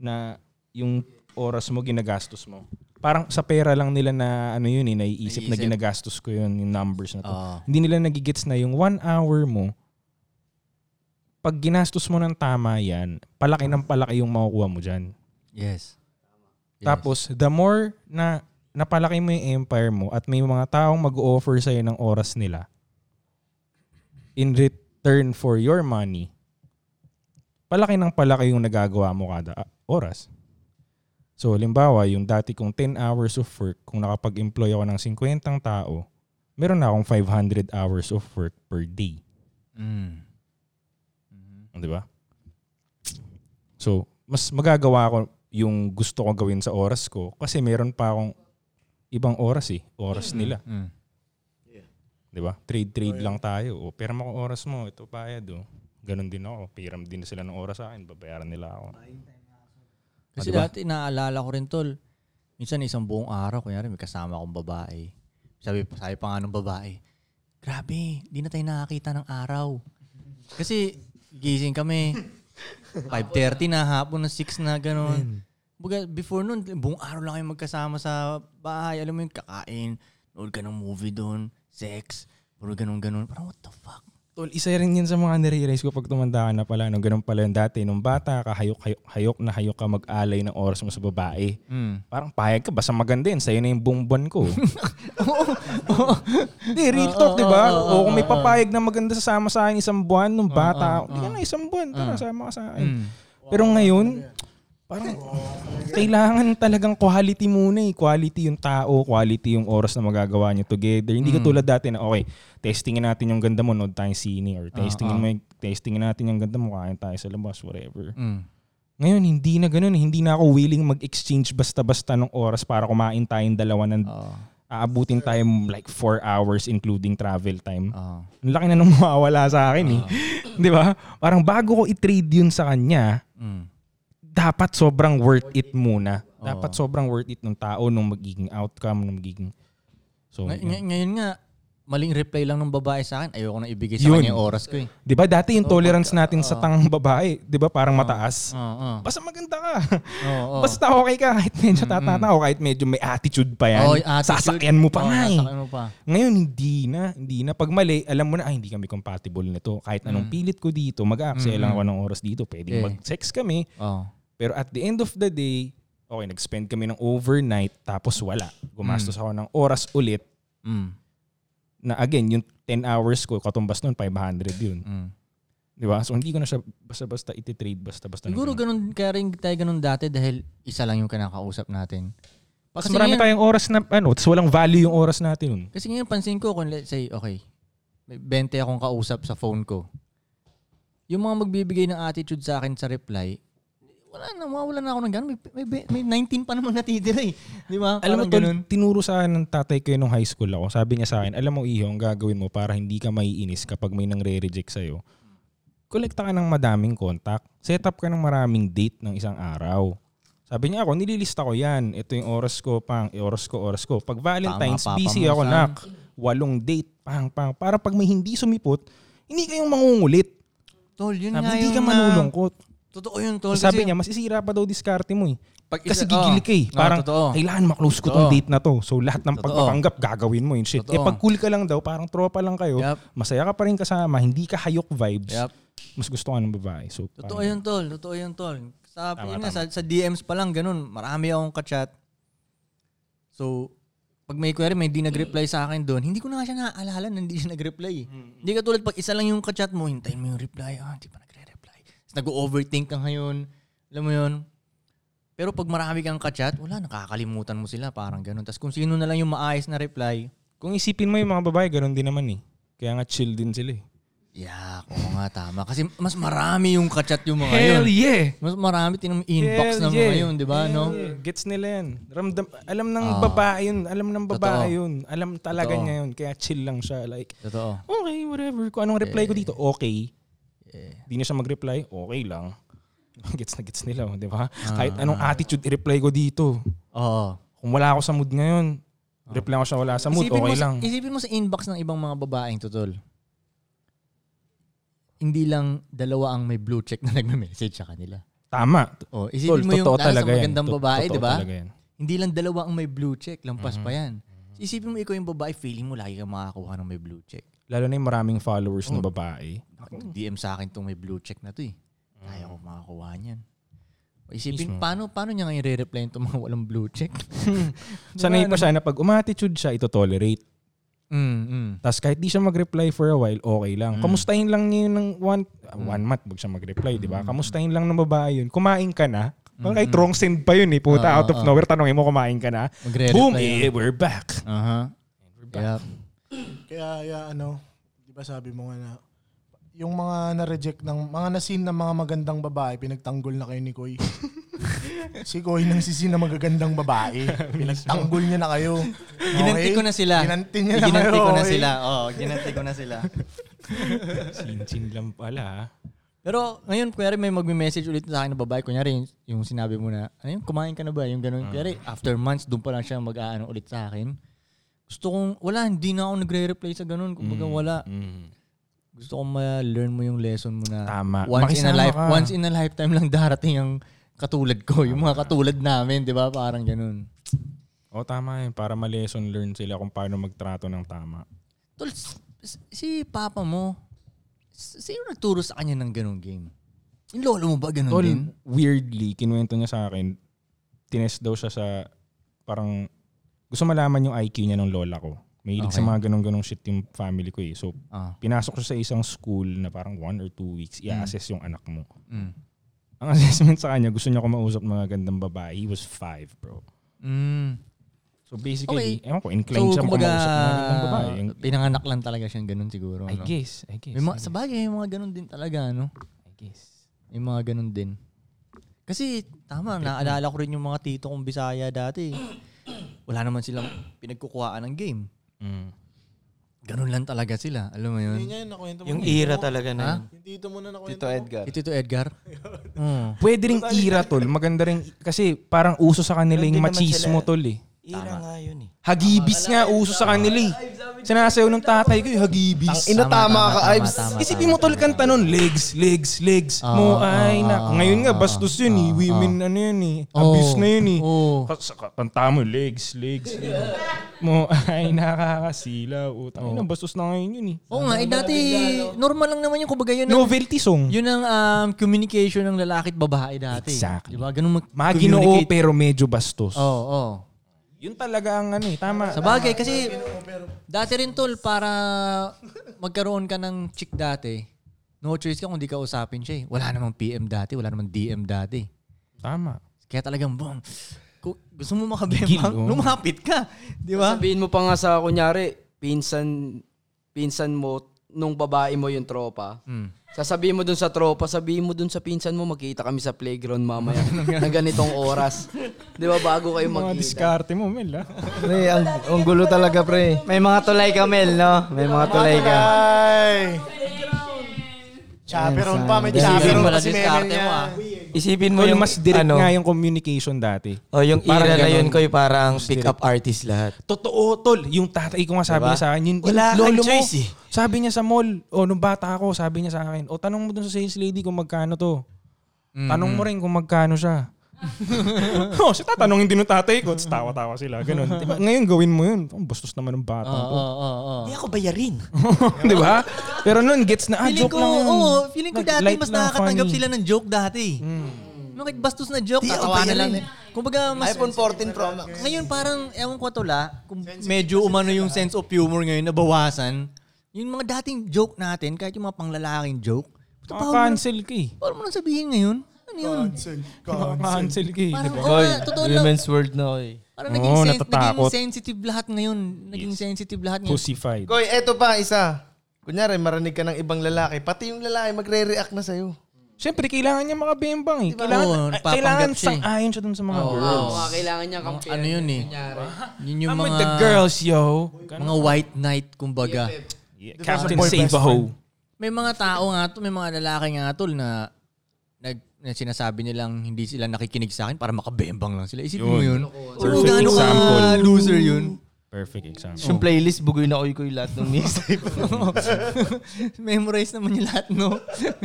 Na yung oras mo ginagastos mo. Parang sa pera lang nila na ano yun eh, naiisip, na Naiisip. ginagastos ko yun, yung numbers na to. Oo. Hindi nila nagigets na yung one hour mo, pag ginastos mo ng tama yan, palaki ng palaki yung makukuha mo dyan. Yes. Tapos, the more na napalaki mo yung empire mo at may mga taong mag-offer sa'yo ng oras nila in return for your money, palaki ng palaki yung nagagawa mo kada ah, oras. So, limbawa, yung dati kong 10 hours of work, kung nakapag-employ ako ng 50 tao, meron na akong 500 hours of work per day. Mm. Mm. Di ba? So, mas magagawa ko yung gusto ko gawin sa oras ko kasi meron pa akong ibang oras eh. Oras Mm, nila. mm. Di ba? Trade-trade lang tayo. O, pera mo oras mo. Ito bayad o. Ganon din ako. Piram din sila ng oras sa akin. Babayaran nila ako. Kasi Ah, diba? dati naaalala ko rin tol, minsan isang buong araw, kunyari may kasama akong babae. Sabi, sabi pa nga ng babae, grabe, di na tayo nakakita ng araw. Kasi gising kami, 5.30 na, hapon na 6 na, gano'n. Baga, before nun, buong araw lang kayo magkasama sa bahay. Alam mo yung kakain, nood ka ng movie doon, sex, puro ganun-ganun. Parang what the fuck? Tol, isa rin yun sa mga nare-realize ko pag tumanda ka na pala. No, ganun pala yun dati. Nung bata ka, hayok-hayok hayok na hayok ka mag-alay ng oras mo sa babae. Mm. Parang payag ka, basta maganda yun. Sa'yo na yung buong buwan ko. Hindi, real Oo, talk, di ba? oo, oo, O kung may oo, oo. papayag na maganda sasama sa akin isang buwan nung bata, oo, hindi ka oo. na isang buwan, tara, Oo. sama ka sa akin. Mm. Pero ngayon, parang kailangan talagang quality muna eh. Quality yung tao, quality yung oras na magagawa niyo together. Hindi ka Mm. tulad dati na, okay, testingin natin yung ganda mo, nood tayong sini, or testingin, oo. mo, yung- testingin natin yung ganda mo, kain tayo sa labas, whatever. Mm. Ngayon, hindi na ganun. eh. Hindi na ako willing mag-exchange basta-basta ng oras para kumain tayong dalawa ng Oo. aabutin tayo like 4 hours including travel time. Oo. Ang laki na nung mawawala sa akin eh. Ah. 'Di ba? Parang bago ko i-trade 'yun sa kanya, Mm. dapat sobrang worth it muna. Oo. Dapat sobrang worth it ng tao nung magiging outcome, nung magiging So, Ngay- yun. ngay- ngayon nga, maling reply lang ng babae sa akin, ayoko nang ibigay sa Yun. kanya yung oras ko eh. 'di ba Diba dati yung Oo, tolerance pagka- natin sa oo. tangang babae, 'di ba parang mataas. Oo. Basta maganda ka. Oo. Basta okay ka kahit medyo tatatawa, kahit medyo may attitude pa yan. Oo, yung attitude. Sasakyan mo pa Oo, nga eh. sasakyan mo pa. Ngayon, hindi na. Hindi na. Pag mali, alam mo na, ay, hindi kami compatible nito. Kahit anong pilit ko dito, mag-aaksaya Mm, lang mm. ako ng oras dito. Okay. Pwede mag-sex kami. Oo. Pero at the end of the day, okay, nag-spend kami ng overnight, tapos wala. Gumastos ako ng oras ulit Mm. na again, yung 10 hours ko, katumbas nun, 500 yun. Mm. Di ba? So, hindi ko na siya basta-basta ititrade, basta-basta. ng Siguro ganun. ganun, kaya rin tayo ganun dati dahil isa lang yung kinakausap natin. Mas marami ngayon, tayong oras na, ano, tas walang value yung oras natin nun. kasi ngayon pansin ko, kung let's say, okay, may 20 akong kausap sa phone ko. Yung mga magbibigay ng attitude sa akin sa reply, wala na, mawawala na ako ng ganun. May, may, may 19 pa naman natitira eh. Di ba? Alam mo, Parang tol, tinuro sa akin ng tatay ko yun nung high school ako. Sabi niya sa akin, alam mo, iho, ang gagawin mo para hindi ka maiinis kapag may nang re-reject sa'yo, kolekta ka ng madaming contact. Set up ka ng maraming date ng isang araw. Sabi niya ako, nililista ko yan. Ito yung oras ko, pang, eh, oras ko, oras ko. Pag Valentine's, Tama, Papa busy Musan. ako, nak. Walong date, pang, pang. Para pag may hindi sumipot, hindi kayong mangungulit. Tol, yun Sabi, nga hindi ka yung, ah, malulungkot. Totoo yun, tol. Sabi kasi- niya, masisira pa daw diskarte mo eh. Pag isa- Kasi gigili ka eh. Oo, Ah, Parang, totoo. kailangan maklose ko Totoo. tong date na to. So, lahat ng Totoo. pagpapanggap, gagawin mo yung shit. Totoo. Eh, pag cool ka lang daw, parang tropa lang kayo, Yup. masaya ka pa rin kasama, hindi ka hayok vibes, Yup. mas gusto ka ng babae. So, Totoo parang- yun, tol. Totoo yun, tol. Sa, Tama, yun nga, sa, tama. sa DMs pa lang, ganun. Marami akong kachat. So, pag may query, may di nag-reply sa akin doon, hindi ko na nga siya Hmm. naaalala na hindi siya nag-reply. eh. Hindi ka tulad pag isa lang yung kachat mo, hintayin mo yung reply. Ah, hindi pa nagre-reply. Tapos nag-overthink ka ngayon. Alam mo yun? Pero pag marami kang kachat, wala, nakakalimutan mo sila. Parang ganun. Tapos kung sino na lang yung maayos na reply, Kung isipin mo yung mga babae, ganun din naman eh. Kaya nga chill din sila eh. Yak, oo nga, tama. Kasi mas marami yung kachat yung mga Hell yun. yeah! Mas marami tinong inbox ng mga yun, di ba? No? Gets nila yan. Ramdam, alam ng Ah. babae yun. Alam ng babae Totoo. yun. Alam talaga Totoo. niya yun. Kaya chill lang siya. Like, Totoo. okay, whatever. Kung anong reply ko dito, okay. Di na siya mag-reply, okay lang. gets na gets nila, oh, di ba? Kahit anong attitude i-reply ko dito. Oo. Kung wala ako sa mood ngayon, reply ko siya wala sa mood, mo, okay sa- lang. Isipin mo sa inbox ng ibang mga babaeng, tutol. Hindi lang dalawa ang may blue check na nagme-message sa kanila. Tama. Oh, isipin Tol, mo yung totoo dahil sa talaga yan. magandang To- babae, totoo di ba? talaga yan. Hindi lang dalawa ang may blue check, lampas Mhm. pa yan. Isipin mo ikaw yung babae, feeling mo lagi kang makakakuha ng may blue check. Lalo na yung maraming followers na Oh. babae. DM sa akin tong may blue check na to eh. Kaya ko makakuha niyan. O Isipin, Mm. Mismo. paano, paano niya ngayon re-reply itong mga walang blue check? Sanay Diba, pa siya na pag umatitude siya, ito tolerate. Mm, mm. Tapos kahit di siya mag-reply for a while, okay lang. Mm. Kamustahin lang niya yun ng one, ah, one month wag siya mag-reply, di ba? Kamustahin lang ng babae yun. Kumain ka na. Mm, Kahit mm. wrong send pa yun eh. Puta, Ah, out of ah, ah. nowhere, tanongin mo kumain ka na. Magre-reply Boom, yun. eh, we're back. Aha. Yep. Kaya, kaya ano, di ba sabi mo nga na, yung mga na-reject ng, mga nasin ng mga magandang babae, pinagtanggol na kayo ni Koy. si Koy nang sisi na magagandang babae. Pinagtanggol niya na kayo. Okay? Ginanti ko na sila. Ginanti niya na Ginanti kayo, ko na okay? sila. Oo, ginanti ko na sila. Chin-chin lang pala. Pero ngayon, kunyari may magme-message ulit sa akin na babae. Kunyari, yung, yung sinabi mo na, ano yun, kumain ka na ba? Yung Mm. ganun. Kunyari, after months, doon pa lang siya mag-aano ulit sa akin. Gusto kong, wala, hindi na ako nagre-reply sa ganun. Kumbaga, Mm. wala. Mm. Gusto kong ma-learn mo yung lesson mo na Tama. once in a Makisama life, ka. once in a lifetime lang darating ang katulad ko. Yung mga katulad namin, di ba? Parang ganun. O tama yun, para ma-lesson learn sila kung paano magtrato ng tama. Tol, s- s- si papa mo, s- sino nagturo sa kanya ng ganung game? Yung lolo mo ba ganun Tol, Ano din? weirdly, kinuwento niya sa akin, tinest daw siya sa, parang, gusto malaman yung IQ niya ng lola ko. Mahilig sa Okay. mga ganong-ganong shit yung family ko eh. So, Ah. pinasok siya sa isang school na parang one or two weeks, i-assess yung anak mo. Mm. Ang assessment sa kanya, gusto niya kumausap mga gandang babae. He was five, bro. Mm. So Okay. basically, ewan ko, inclined siya kumbaga, ah, kumausap ng mga gandang babae. Yung- Pinanganak lang talaga siyang ganun siguro. I no? guess, I guess. May mga, I sa bagay, may mga ganun din talaga, ano? I guess. May mga ganun din. Kasi, tama, naalala ko rin yung mga tito kong Bisaya dati. Wala naman silang pinagkukuhaan ng game. Mm. Ganun lang talaga sila. Alam mo yun? Yun nga, yun, nakwento mo. Yung ira talaga na Ha? yun. Yung Dito mo na nakwento Tito Edgar. Ito to Edgar. Oo. Pwede ring ira, tol. Maganda rin. Kasi parang uso sa kanila Meron yung din naman machismo, sila. tol eh. Ira nga yun eh. Hagibis nga, uso sa kanila eh. Sinasayaw ng tatay ko, eh, hagibis. Ina tama ka, Ives. Isipin mo tol kanta nun, legs, legs, legs. Ah, mo ah, ah, ay na. ah, Ngayon nga ah, bastos yun ah, eh. Oh, Women ano yun eh. Oo. Abuse na yun eh. Oo. Ka- sa- ka- Kanta mo legs, legs. legs. mo ay nakakasila. Utang Oh. ina bastos na ngayon yun eh. Oo nga, eh dati normal lang naman yung kumbaga yun. ang- Novelty song. Yun ang um, communication ng lalaki at babae dati. Exactly. Diba? Ganun mag- Mga ginoo communicate. pero medyo bastos. Oo, oo. Yun talaga ang ano eh. Tama. Sa bagay, kasi dati rin tol, para magkaroon ka ng chick dati, no choice ka kung di ka usapin siya eh. Wala namang PM dati, wala namang DM dati. Tama. Kaya talagang boom. Kung gusto mo makabembang, Gigil, oh. lumapit ka. Di ba? Sabihin mo pa nga sa, kunyari, pinsan, pinsan mo, nung babae mo yung tropa. Hmm. Sasabihin mo dun sa tropa, sabihin mo dun sa pinsan mo, magkita kami sa playground mamaya na ganitong oras. Di ba, bago kayo Mga magkita. diskarte mo, Mel ah. Pre, ang, ang gulo talaga, pre. May mga tulay ka, Mel, no? May mga tulay ka. Ay! Chaperon pa, may Sabihin chaperon mo pa na si Meme diskarte mo ah. niya. Isipin mo Tol, yung mas direct ano, nga yung communication dati. O yung Parang ira na ganun. yun ko parang pick-up artist lahat. Totoo, tol. Yung tatay ko nga sabi Diba? niya sa akin, yun, Wala yung lolo kang mo, choice eh. sabi niya sa mall, o nung bata ako, sabi niya sa akin, o tanong mo dun sa sales lady kung magkano to. Tanong mo rin kung magkano siya. oh, siya tatanungin din ng tatay ko. Tapos tawa-tawa sila. Ganun. Diba? Ngayon gawin mo yun. Ang bastos naman ng bata Oo, to. oo, oo. Hindi ako bayarin. Di ba? Pero nun, gets na, ah, Feeling joke ko, lang yun. oo, feeling ko Like, dati light mas lang, nakakatanggap funny. Mm. sila ng joke dati. Nung kahit bastos na joke, tatawa na lang. Kung mas, iPhone 14 Pro Max. Ngayon parang, ewan ko tula, kung medyo umano yung sense of humor ngayon, nabawasan. Yung mga dating joke natin, kahit yung mga panglalaking joke, Cancel ka eh. Huwag mo nang sabihin ngayon. Ano yun? Cancel. Cancel ka eh. Parang, diba? oo nga, totoo lang. Women's world na eh. Parang Oo, naging, sen- natatakot. naging sensitive lahat ngayon. Naging sensitive lahat ngayon. Pussified. Koy, eto pa isa. Kunyari, marinig ka ng ibang lalaki. Pati yung lalaki magre-react na sa'yo. Siyempre, kailangan niya makabembang eh. Kailangan, Oo, ay, napapanggap kailangan siya eh. sang-ayon siya dun sa mga girls. Oo, ah, kailangan niya kampiyan. Ano yun eh? Kunyari. Yun yung I'm mga, with the girls, yo. mga white knight, kumbaga. Yeah, Captain Save-A-Ho. May mga tao nga to, may mga lalaki nga tol na nag na sinasabi nilang hindi sila nakikinig sa akin para makabembang lang sila. Isipin mo yun? Yun. Perfect Kung gaano ka example. loser yun. Perfect example. Yung playlist, bugoy na oy ko yung lahat ng nisip. Memorize naman yung lahat, no?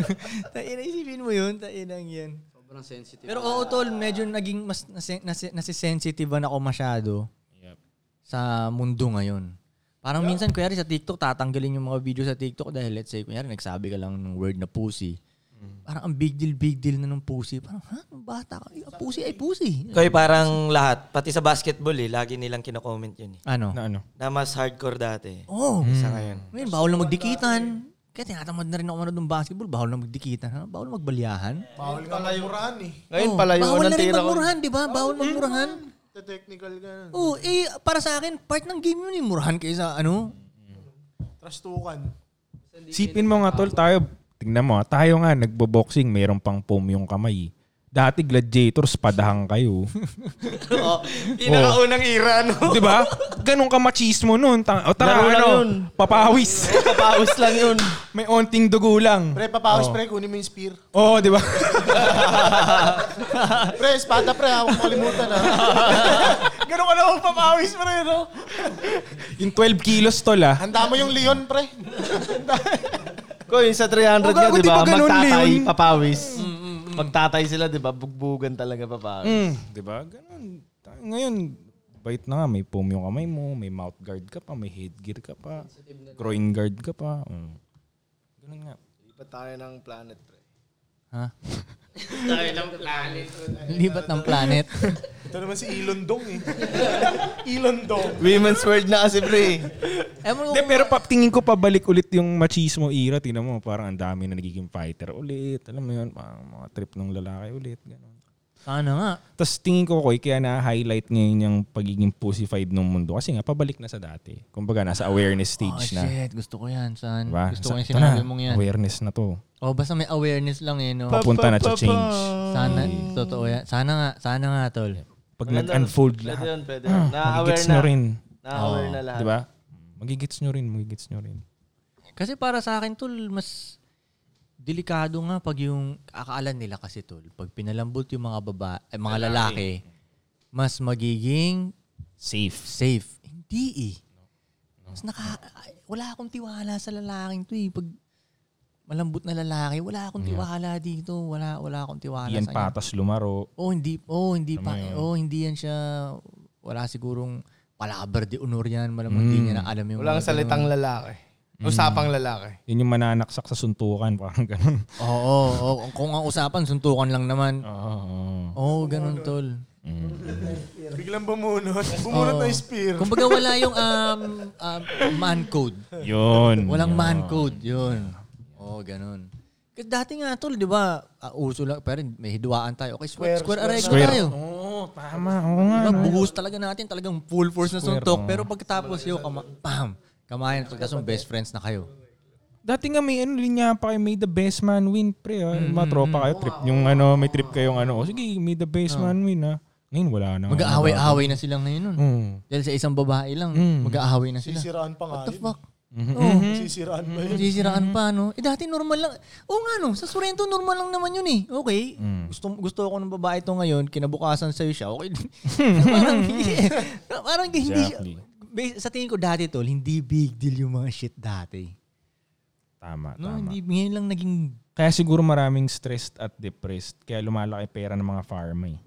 Taina, isipin mo yun. Tainang yan. Sobrang sensitive. Pero oo, tol, medyo naging mas nasi, nasi, nasisensitive na ako masyado sa mundo ngayon. Parang minsan, kunyari sa TikTok, tatanggalin yung mga video sa TikTok dahil let's say, kunyari, nagsabi ka lang ng word na pussy. Mm. Parang ang big deal, big deal na ng pussy. Parang, ha? Ang Bata ka? Ay, ang Pussy ay pussy. Koy, parang lahat. Pati sa basketball eh, lagi nilang kino-comment yun eh. Ano? Na ano? Na mas hardcore dati. Oo. Oh, Sa ngayon. Ngayon, bawal na magdikitan. Kaya tinatamad na rin ako manood ng basketball. Bawal na magdikitan. Ha? Bawal na magbaliyahan. Bawal ka magmurahan eh. Ngayon, Oo. palayo ko Oh. Bawal ng na tira rin ko. Mm. magmurahan, di ba? Bawal magmurahan. Technical ka na. Oo, eh, para sa akin, part ng game yun eh. Murahan kaysa ano. Trastukan. Sipin mo nga, tol, tayo, tingnan mo, ah, tayo nga, nagbo-boxing, mayroon pang foam yung kamay. Dati gladiators, padahang kayo. Oo. Pinakaunang era, no? Di ba? Ganun ka machismo nun. Ta- o tara, Laro lang ano, yun. papawis. Papaus lang yun. May onting dugo lang. Pre, papawis Oh. pre, kunin mo yung spear. Oo, di ba? Pre, espada pre, huwag mo kalimutan ah. Ganun ka naman papawis pa rin, no? yung 12 kilos, tol, ah. Handa mo yung leon pre. Koy, sa 300 Oh, O, gago, nyo, di di ba ba? ganun, Magtatay, Mm. Leon? papawis. Magtatay sila, di ba? Bugbugan talaga papawis. Mm. Di ba? Ganun. Ta- Ngayon, bait na nga. May foam yung kamay mo, may mouth guard ka pa, may headgear ka pa, groin guard ka pa. Mm. Ganun nga. Mm. Lipat tayo ng planet, pre. Ha? Lipat ng planet. Ito naman si Elon Dong eh. Elon Dong. Women's world na kasi, pre. Ewan ko Hindi, pero pa, tingin ko pabalik ulit yung machismo era. Tingnan mo, parang ang dami na nagiging fighter ulit. Alam mo yun, parang mga trip ng lalaki ulit. Ganun. Sana nga. Tapos tingin ko, Koy, kaya na-highlight ngayon yung pagiging pussified ng mundo. Kasi nga, pabalik na sa dati. Kumbaga, nasa Oh, awareness stage na. shit. Gusto ko yan, son. Diba? Gusto ko Sa- yung ito sinabi na, mong yan. Awareness na to. Oh, basta may awareness lang eh, no? Papunta na sa change. Sana, totoo yan. Sana nga, sana nga, tol. Pag nag-unfold Pwede lahat, Ah, yun, pwede yun. Na-aware magigits na. nyo rin. Na-aware na lahat. Di ba? Magigits nyo rin, magigits nyo rin. Kasi para sa akin, tol, mas delikado nga pag yung akala nila kasi, tol, pag pinalambot yung mga baba, eh, mga lalaki, mas magiging Safe. safe. Hindi eh. Mas naka, ay, wala akong tiwala sa lalaking to eh. Pag malambot na lalaki, wala akong tiwala dito. Wala, wala akong tiwala Yan sa kanya. patas lumaro. Oh, hindi. Oh, hindi pa. Ano yun? Oh, hindi yan siya. Wala sigurong palabar de honor yan. Malamang Hmm. hindi niya na alam yung Walang mga salitang lalaki. Usapang lalaki. Yan yung mananaksak sa suntukan. Parang ganun. ganun. Oo, oo, oo. kung ang usapan, suntukan lang naman. Oo. oo. Oo, oh, ganun tol. Biglang bumunot. Bumunot na yung spear. Kumbaga wala yung um, um, man code. Yun. Walang yun. man code. Yun. Oo, oh, ganun. Kasi dati nga tol, di ba, ah, uso lang, pero may hiduaan tayo. Okay, square, square, square, Square. tayo. Oo, tama. Oo nga. Diba, no? buhos talaga natin, talagang full force na Square, suntok. oo. Pero pagkatapos yun, kama, bam, kamayan. Pagkatapos best friends na kayo. Dati nga may ano linya pa kayo, may the best man win pre. Ah. Yung Mga tropa kayo, trip yung ano, may trip kayong ano. O sige, may the best man win ah. Ngayon wala na. Mag-aaway-aaway na sila ngayon nun. Mm. Dahil sa isang babae lang, Hmm. mag-aaway na sila. Sisiraan pa nga What the yun. fuck? Sisiraan pa Mm-hmm. yun. Sisiraan pa, no? Eh dati normal lang. Oo nga, no? Sa Sorrento, normal lang naman yun eh. Okay. Hmm. Gusto, gusto ako ng babae to ngayon, kinabukasan sa'yo siya. Okay. parang, parang hindi siya. Exactly. Bas- Sa tingin ko dati, tol, hindi big deal yung mga shit dati. Tama, No, tama. hindi, ngayon lang naging... Kaya siguro maraming stressed at depressed. Kaya lumalaki pera ng mga farm eh.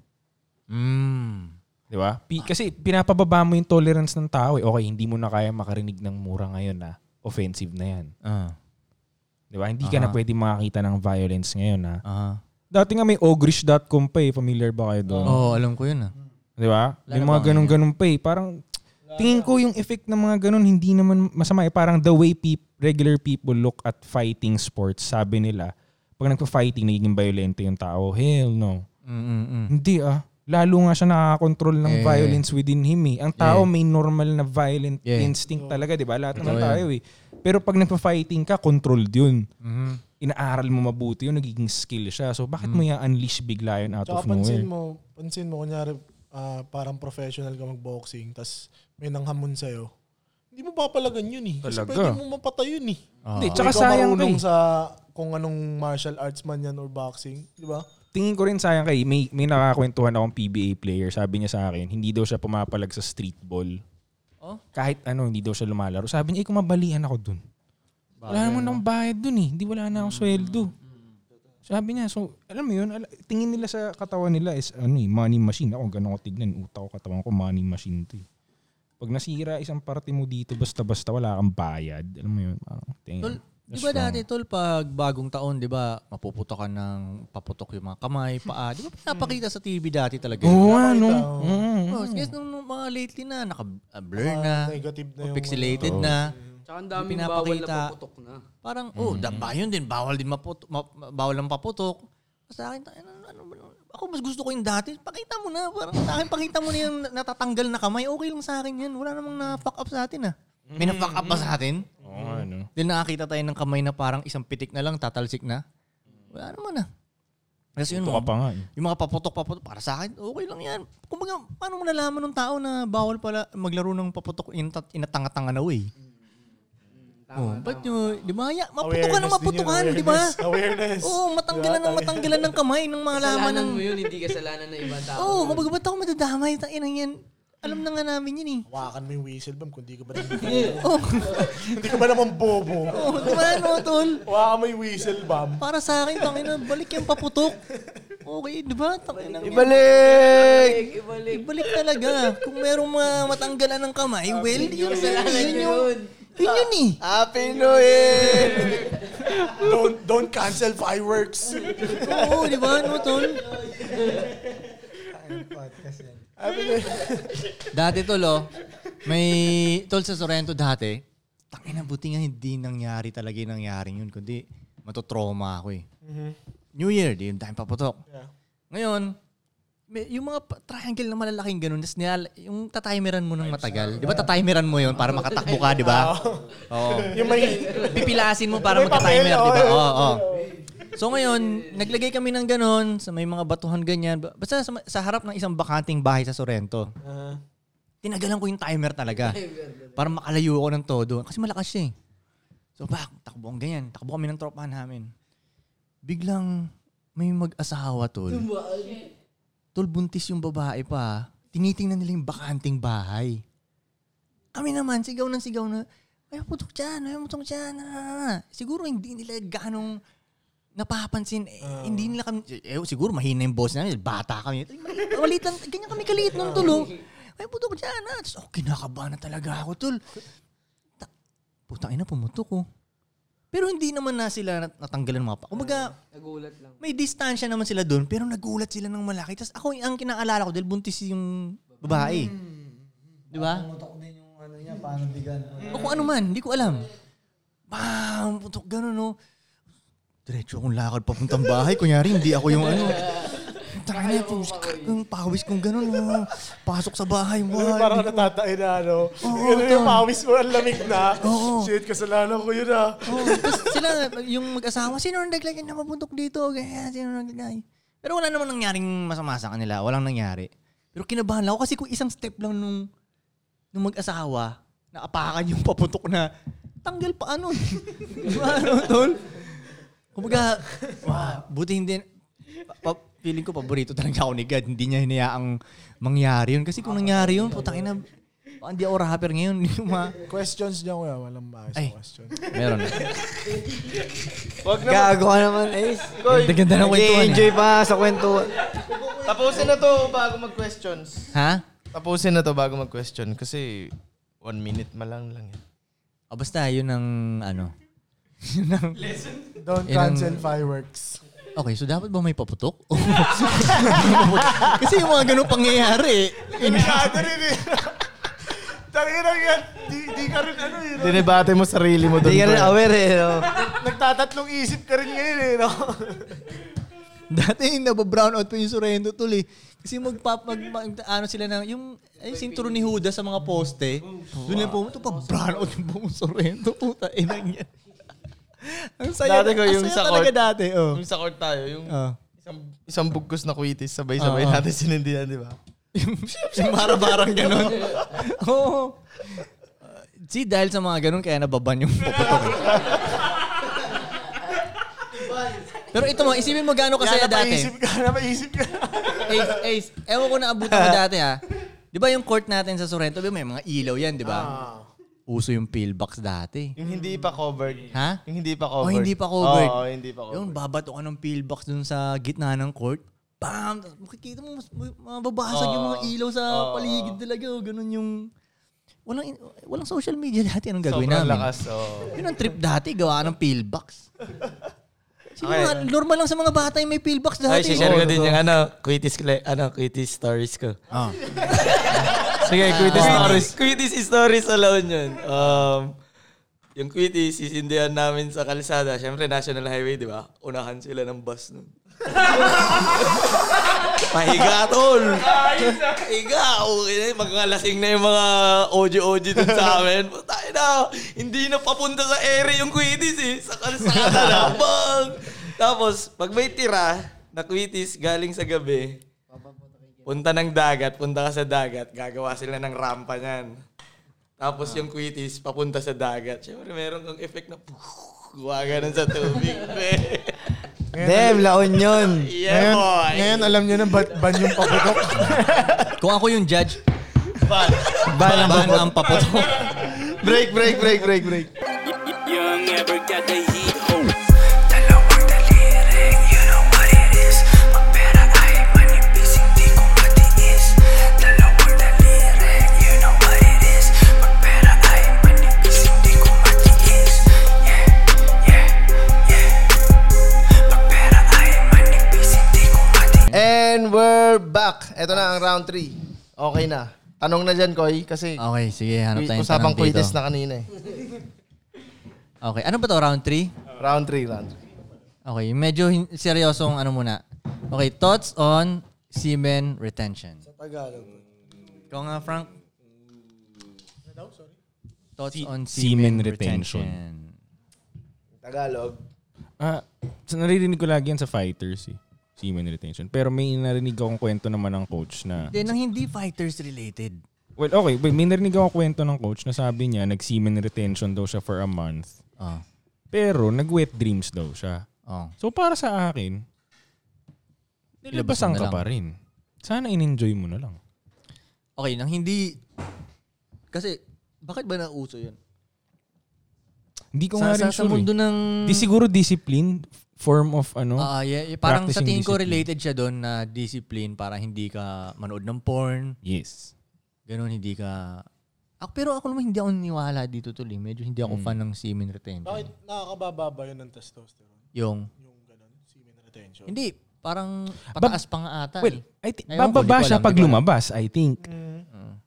Mm. Di ba? Pi- kasi pinapababa mo yung tolerance ng tao eh. Okay, hindi mo na kaya makarinig ng mura ngayon na offensive na yan. Ah, Di ba? Hindi ka na pwede makakita ng violence ngayon na. ah. Dati nga may ogrish.com pa eh. Familiar ba kayo doon? Oo, oh, alam ko yun ah. Di ba? May mga ganun-ganun pa eh. Parang tingin ko yung effect ng mga ganun hindi naman masama eh. Parang the way peop- regular people look at fighting sports, sabi nila, pag nagpa-fighting, nagiging violento yung tao. Hell no. Mm-mm-mm. Hindi ah. Lalo nga siya nakaka-control ng Hmm. Yeah. violence within him eh. Ang tao Yeah. may normal na violent Yeah. instinct talaga, di ba? Lahat Totoo naman yan. tayo eh. Pero pag nagpa-fighting ka, controlled yun. Mm-hmm. Inaaral mo mabuti yun, nagiging skill siya. So bakit mo i-unleash bigla yun out Tsaka of nowhere? pansin mo, pansin mo, kunyari, ah, parang professional ka mag-boxing, tas may nanghamon sa'yo. Hindi mo papalagan yun eh. Kasi Talaga. pwede mo mapatay yun eh. Ah. Hindi, tsaka sayang ka marunong eh. sa kung anong martial arts man yan or boxing, di ba? tingin ko rin sayang kay may may nakakwentuhan akong PBA player sabi niya sa akin hindi daw siya pumapalag sa street ball Oh? kahit ano hindi daw siya lumalaro sabi niya eh kumabalian ako dun wala naman akong bayad dun eh hindi wala na akong Mm, sweldo sabi niya so alam mo yun ala- tingin nila sa katawan nila is ano eh money machine ako ganun ko tignan utak ko katawan ko money machine to eh pag nasira isang parte mo dito basta-basta wala kang bayad alam mo yun parang tingin Tol, Di ba dati tol pag bagong taon, di ba, mapuputo ka ng paputok yung mga kamay, paa. Di ba pinapakita sa TV dati talaga? yun? Oo, ano? Oh, Hmm. kasi nung, nung mga lately na, naka-blur na, negative na yung- pixelated Oo. na. Tsaka ang daming bawal na Pinapakita. paputok na. Parang, oh, Mm. da, ba yun din, bawal din maputok, ma- ma- bawal ang paputok. Sa akin, tayo, ano, ano, ba naman? ako mas gusto ko yung dati. Pakita mo na. Parang sa akin, pakita mo na yung natatanggal na kamay. Okay lang sa akin yan. Wala namang na-fuck up sa atin ah. May Mm. na-fuck up ba sa atin? Oo, ano? Then nakakita tayo ng kamay na parang isang pitik na lang, tatalsik na. Wala naman ah. Kasi yun, oh. Ito ka mga- pa nga eh. yung mga paputok-paputok, para sa akin, okay lang yan. Kung baga, paano mo nalaman ng tao na bawal pala maglaro ng paputok inata- inatanga-tanga na way? oh, ba't nyo, di ba? Ya, maputok Oh, ka Mm, Awareness din ng yun, maputokan, di ba? Oh. awareness, awareness. Oo, matanggalan ng matanggalan ng kamay ng malaman Kasalanan ng... mo yun, hindi kasalanan ng ibang tao. Oo, oh, kumbaga, ba't ako madadamay? Tangin yan. Alam na nga namin yun eh. Hawakan mo yung whistle bomb kung di ka ba naman Oo, Hindi ka ba naman bobo? oh, di ba ano, tol? Hawakan mo yung whistle bomb. Para sa akin, tangin na, balik yung paputok. Okay, di ba? Tangin na. Ibalik! Ibalik. Ibalik talaga. Kung merong mga matanggalan ng kamay, well, yun, Kasalanan yun, nyo yun, yun. yun, yun eh. Happy New Year! Don't, don't cancel fireworks. Oo, di ba? Ano, tol? dati, tol, oh, may tol sa Sorrento dati. Tangin na, buti nga hindi nangyari talaga yung nangyari yun. Kundi, matotrauma ako eh. Mm-hmm. New Year, di yung dahil paputok. Ngayon, may, yung mga pa- triangle na malalaking ganun, tas nilal, yung tatimeran mo ng matagal. Di ba tatimeran mo yun para makatakbo ka, di ba? Oo. yung may... Pipilasin mo para May papel, magka-timer, di ba? oo. Oo, oo. So ngayon, naglagay kami ng ganun sa may mga batuhan ganyan. Ba- Basta sa, sa harap ng isang bakanting bahay sa Sorrento. Uh-huh. Tinagalan ko yung timer talaga. para makalayo ako ng todo. Kasi malakas siya eh. So bak, takbo ang ganyan. Takbo kami ng tropahan namin. Biglang may mag-asawa tol. Tol, buntis yung babae pa. Tinitingnan nila yung bakanting bahay. Kami naman, sigaw ng sigaw na, ayaw putok dyan, ayaw putok dyan. ah." Siguro hindi nila ganong napapansin. Eh, Hindi nila kami, eh, siguro mahina yung boss namin, bata kami. Maliit, maliit lang, ganyan kami kaliit nung tulo. Ayaw putok dyan. Ah. Tapos, oh, kinakabahan na talaga ako, tol. Ta- Putang ina, pumutok ko. Pero hindi naman na sila nat- natanggalan ng mga pa. Kumbaga, Nagulat lang. may distansya naman sila doon, pero nagulat sila ng malaki. Tapos ako, ang kinaalala ko, dahil buntis yung babae. Hmm. Di ba? Pumutok din yung ano niya, paano bigan. O kung ano man, hindi ko alam. Bam! Putok, ganun, no? Diretso akong lakad papuntang bahay. Kunyari, hindi ako yung ano. Tara na, pus- yung pawis kong ganun. no? Pasok sa bahay. Ano Wow, parang natatain na ano. ano Oo, yung tol. pawis mo, ang lamig na. Oo. Shit, kasalanan ko yun ah. Oh, tapos sila, yung mag-asawa, sino ang naglagay na mapuntok dito? Ganyan, sino ang naglagay? Pero wala namang nangyaring masama sa kanila. Walang nangyari. Pero kinabahan lang ako kasi kung isang step lang nung, nung mag-asawa, naapakan yung paputok na tanggal pa ano. ano, tol? Kumbaga, wow, buti hindi, pa, pa- feeling ko paborito talaga ako ni God. Hindi niya hinayaang mangyari yun. Kasi kung nangyari yun, putang ina, baka hindi ako rapper ngayon. Yung mga, Questions dyan kuya, walang maayos Ay. na question. meron. Gago ka naman, Ace. Ang ganda ng kwentuhan. eh. Enjoy pa sa kwentuhan. Tapusin na to bago mag-questions. Ha? Tapusin na to bago mag-question kasi one minute malang lang eh. yan. O basta, yun ang ano. Don't Yun ang- cancel fireworks. Okay, so dapat ba may paputok? Kasi yung mga ganun pangyayari. eh. Ano rin eh. Tangina yan. Di, di ka rin ano eh. no? Dinibate mo sarili mo doon. Hindi ka rin aware eh. No? Nagtatatlong isip ka rin ngayon eh. No? Dati nababrown out pa yung surrender tol eh. Kasi magpap, mag, mag- ano sila ng, yung, ay, sinturo ni Judas sa mga poste. Doon lang pumunta pa, brown out yung buong surrender. Puta, inang yan. Ang saya, Dati ko yung ang sa saya talaga court. dati. Oh. Yung sa court tayo, yung Oh. isang Isang bugkos na kuitis, sabay-sabay Oo. natin sinindihan, di ba? yung marabarang ganun. Oo. Oh. See, dahil sa mga ganun, kaya nababan yung puputol. Pero ito mo, isipin mo gano'ng kasaya dati. Napaisip ka, napaisip ka. Ace, Ace, ewan ko naabutan mo dati ha. Di ba yung court natin sa Sorrento, di ba may mga ilaw yan, di ba? Ah. Uso yung pill box dati. Yung hindi pa covered. Ha? Yung hindi pa Oh, covered. hindi pa covered. Oo, hindi pa covered. Yung babato ka ng pill box dun sa gitna ng court. Bam! Tapos Makikita mo, mas- ma- mababasag yung Ah, mga ilaw sa paligid talaga. oh. Ganun yung... Walang, in- walang social media dati. Anong gagawin Sobrang namin? lakas, oo. Yun ang trip dati, gawa ng pill box. Sino nga, normal lang sa mga bata yung may pill box Ay, dati. oh. share ko Oo, din totoo. yung ano, quitis, kle- ano, quitis stories ko. Ah. Sige, quitis stories. Quitis stories alone yun. Um, yung quitis, sisindihan namin sa kalsada. Siyempre, National Highway, di ba? Unahan sila ng bus nun. Pahiga, tol. Pahiga. Okay na, yun. mga lasing na yung mga OG-OG dun sa amin. Tayo na, hindi na papunta sa area yung quitis eh. Sa kalsada na, bang! Tapos, pag may tira na quitis galing sa gabi, punta ng dagat, punta ka sa dagat, gagawa sila ng rampa niyan. Tapos yung quitis, papunta sa dagat. Siyempre, meron kang effect na gumaganan sa tubig. pre. Damn, laon yun. yeah, boy. Ngayon, alam niyo na ba't ban yung paputok. Kung ako yung judge, But, ban ang paputok. Break, break, break, break, break. Young ever got the heat. Dalawang daliri, eh, you know what it is. Magpera ay manipis, hindi ko matiis. Dalawang daliri, eh, you know what it is. Magpera ay manipis, hindi ko matiis. Yeah, yeah, yeah. Magpera ay manipis, hindi ko matiis. And we're back. Ito na ang round 3. Okay na. Tanong na dyan, Koy, kasi Okay, sige. Ah, Hanap tayo ng usapang tanong dito. kuitis na kanina eh. Okay, ano ba to? Round 3? Round 3, round 3. Okay, medyo hin- seryosong ano muna. Okay, thoughts on semen retention. Sa Tagalog. Ikaw nga, Frank. Ano Thoughts Se- on semen, semen retention. retention. Tagalog. Ah, sa- naririnig ko lagi yan sa fighters eh. Semen retention. Pero may narinig akong kwento naman ng coach na... Then, ang hindi fighters related. Well, okay. Wait, may narinig akong kwento ng coach na sabi niya nag-semen retention daw siya for a month. Oh, Pero nag-wet dreams daw siya. oh. So para sa akin, nilabasan Ilabasan na ka lang. pa rin. Sana in-enjoy mo na lang. Okay, nang hindi... Kasi, bakit ba nauso yun? Hindi ko Sa, nga sa, rin sa sure. mundo eh. ng... Di siguro discipline, form of ano. Ah, yeah, yeah, parang sa Practicing tingin ko discipline. related siya doon na discipline para hindi ka manood ng porn, yes. Ganun, hindi ka... Ako, pero ako naman hindi ako niniwala dito tuloy. Medyo hindi ako fan ng semen retention. Bakit nakakababa ba yun ng testosterone? Yung... Yung ganun, semen retention. Hindi, parang pataas pa nga ata. Well, eh. I thi- Ewan ko, di bababa ko siya alam, pag di ko alam. lumabas, I think.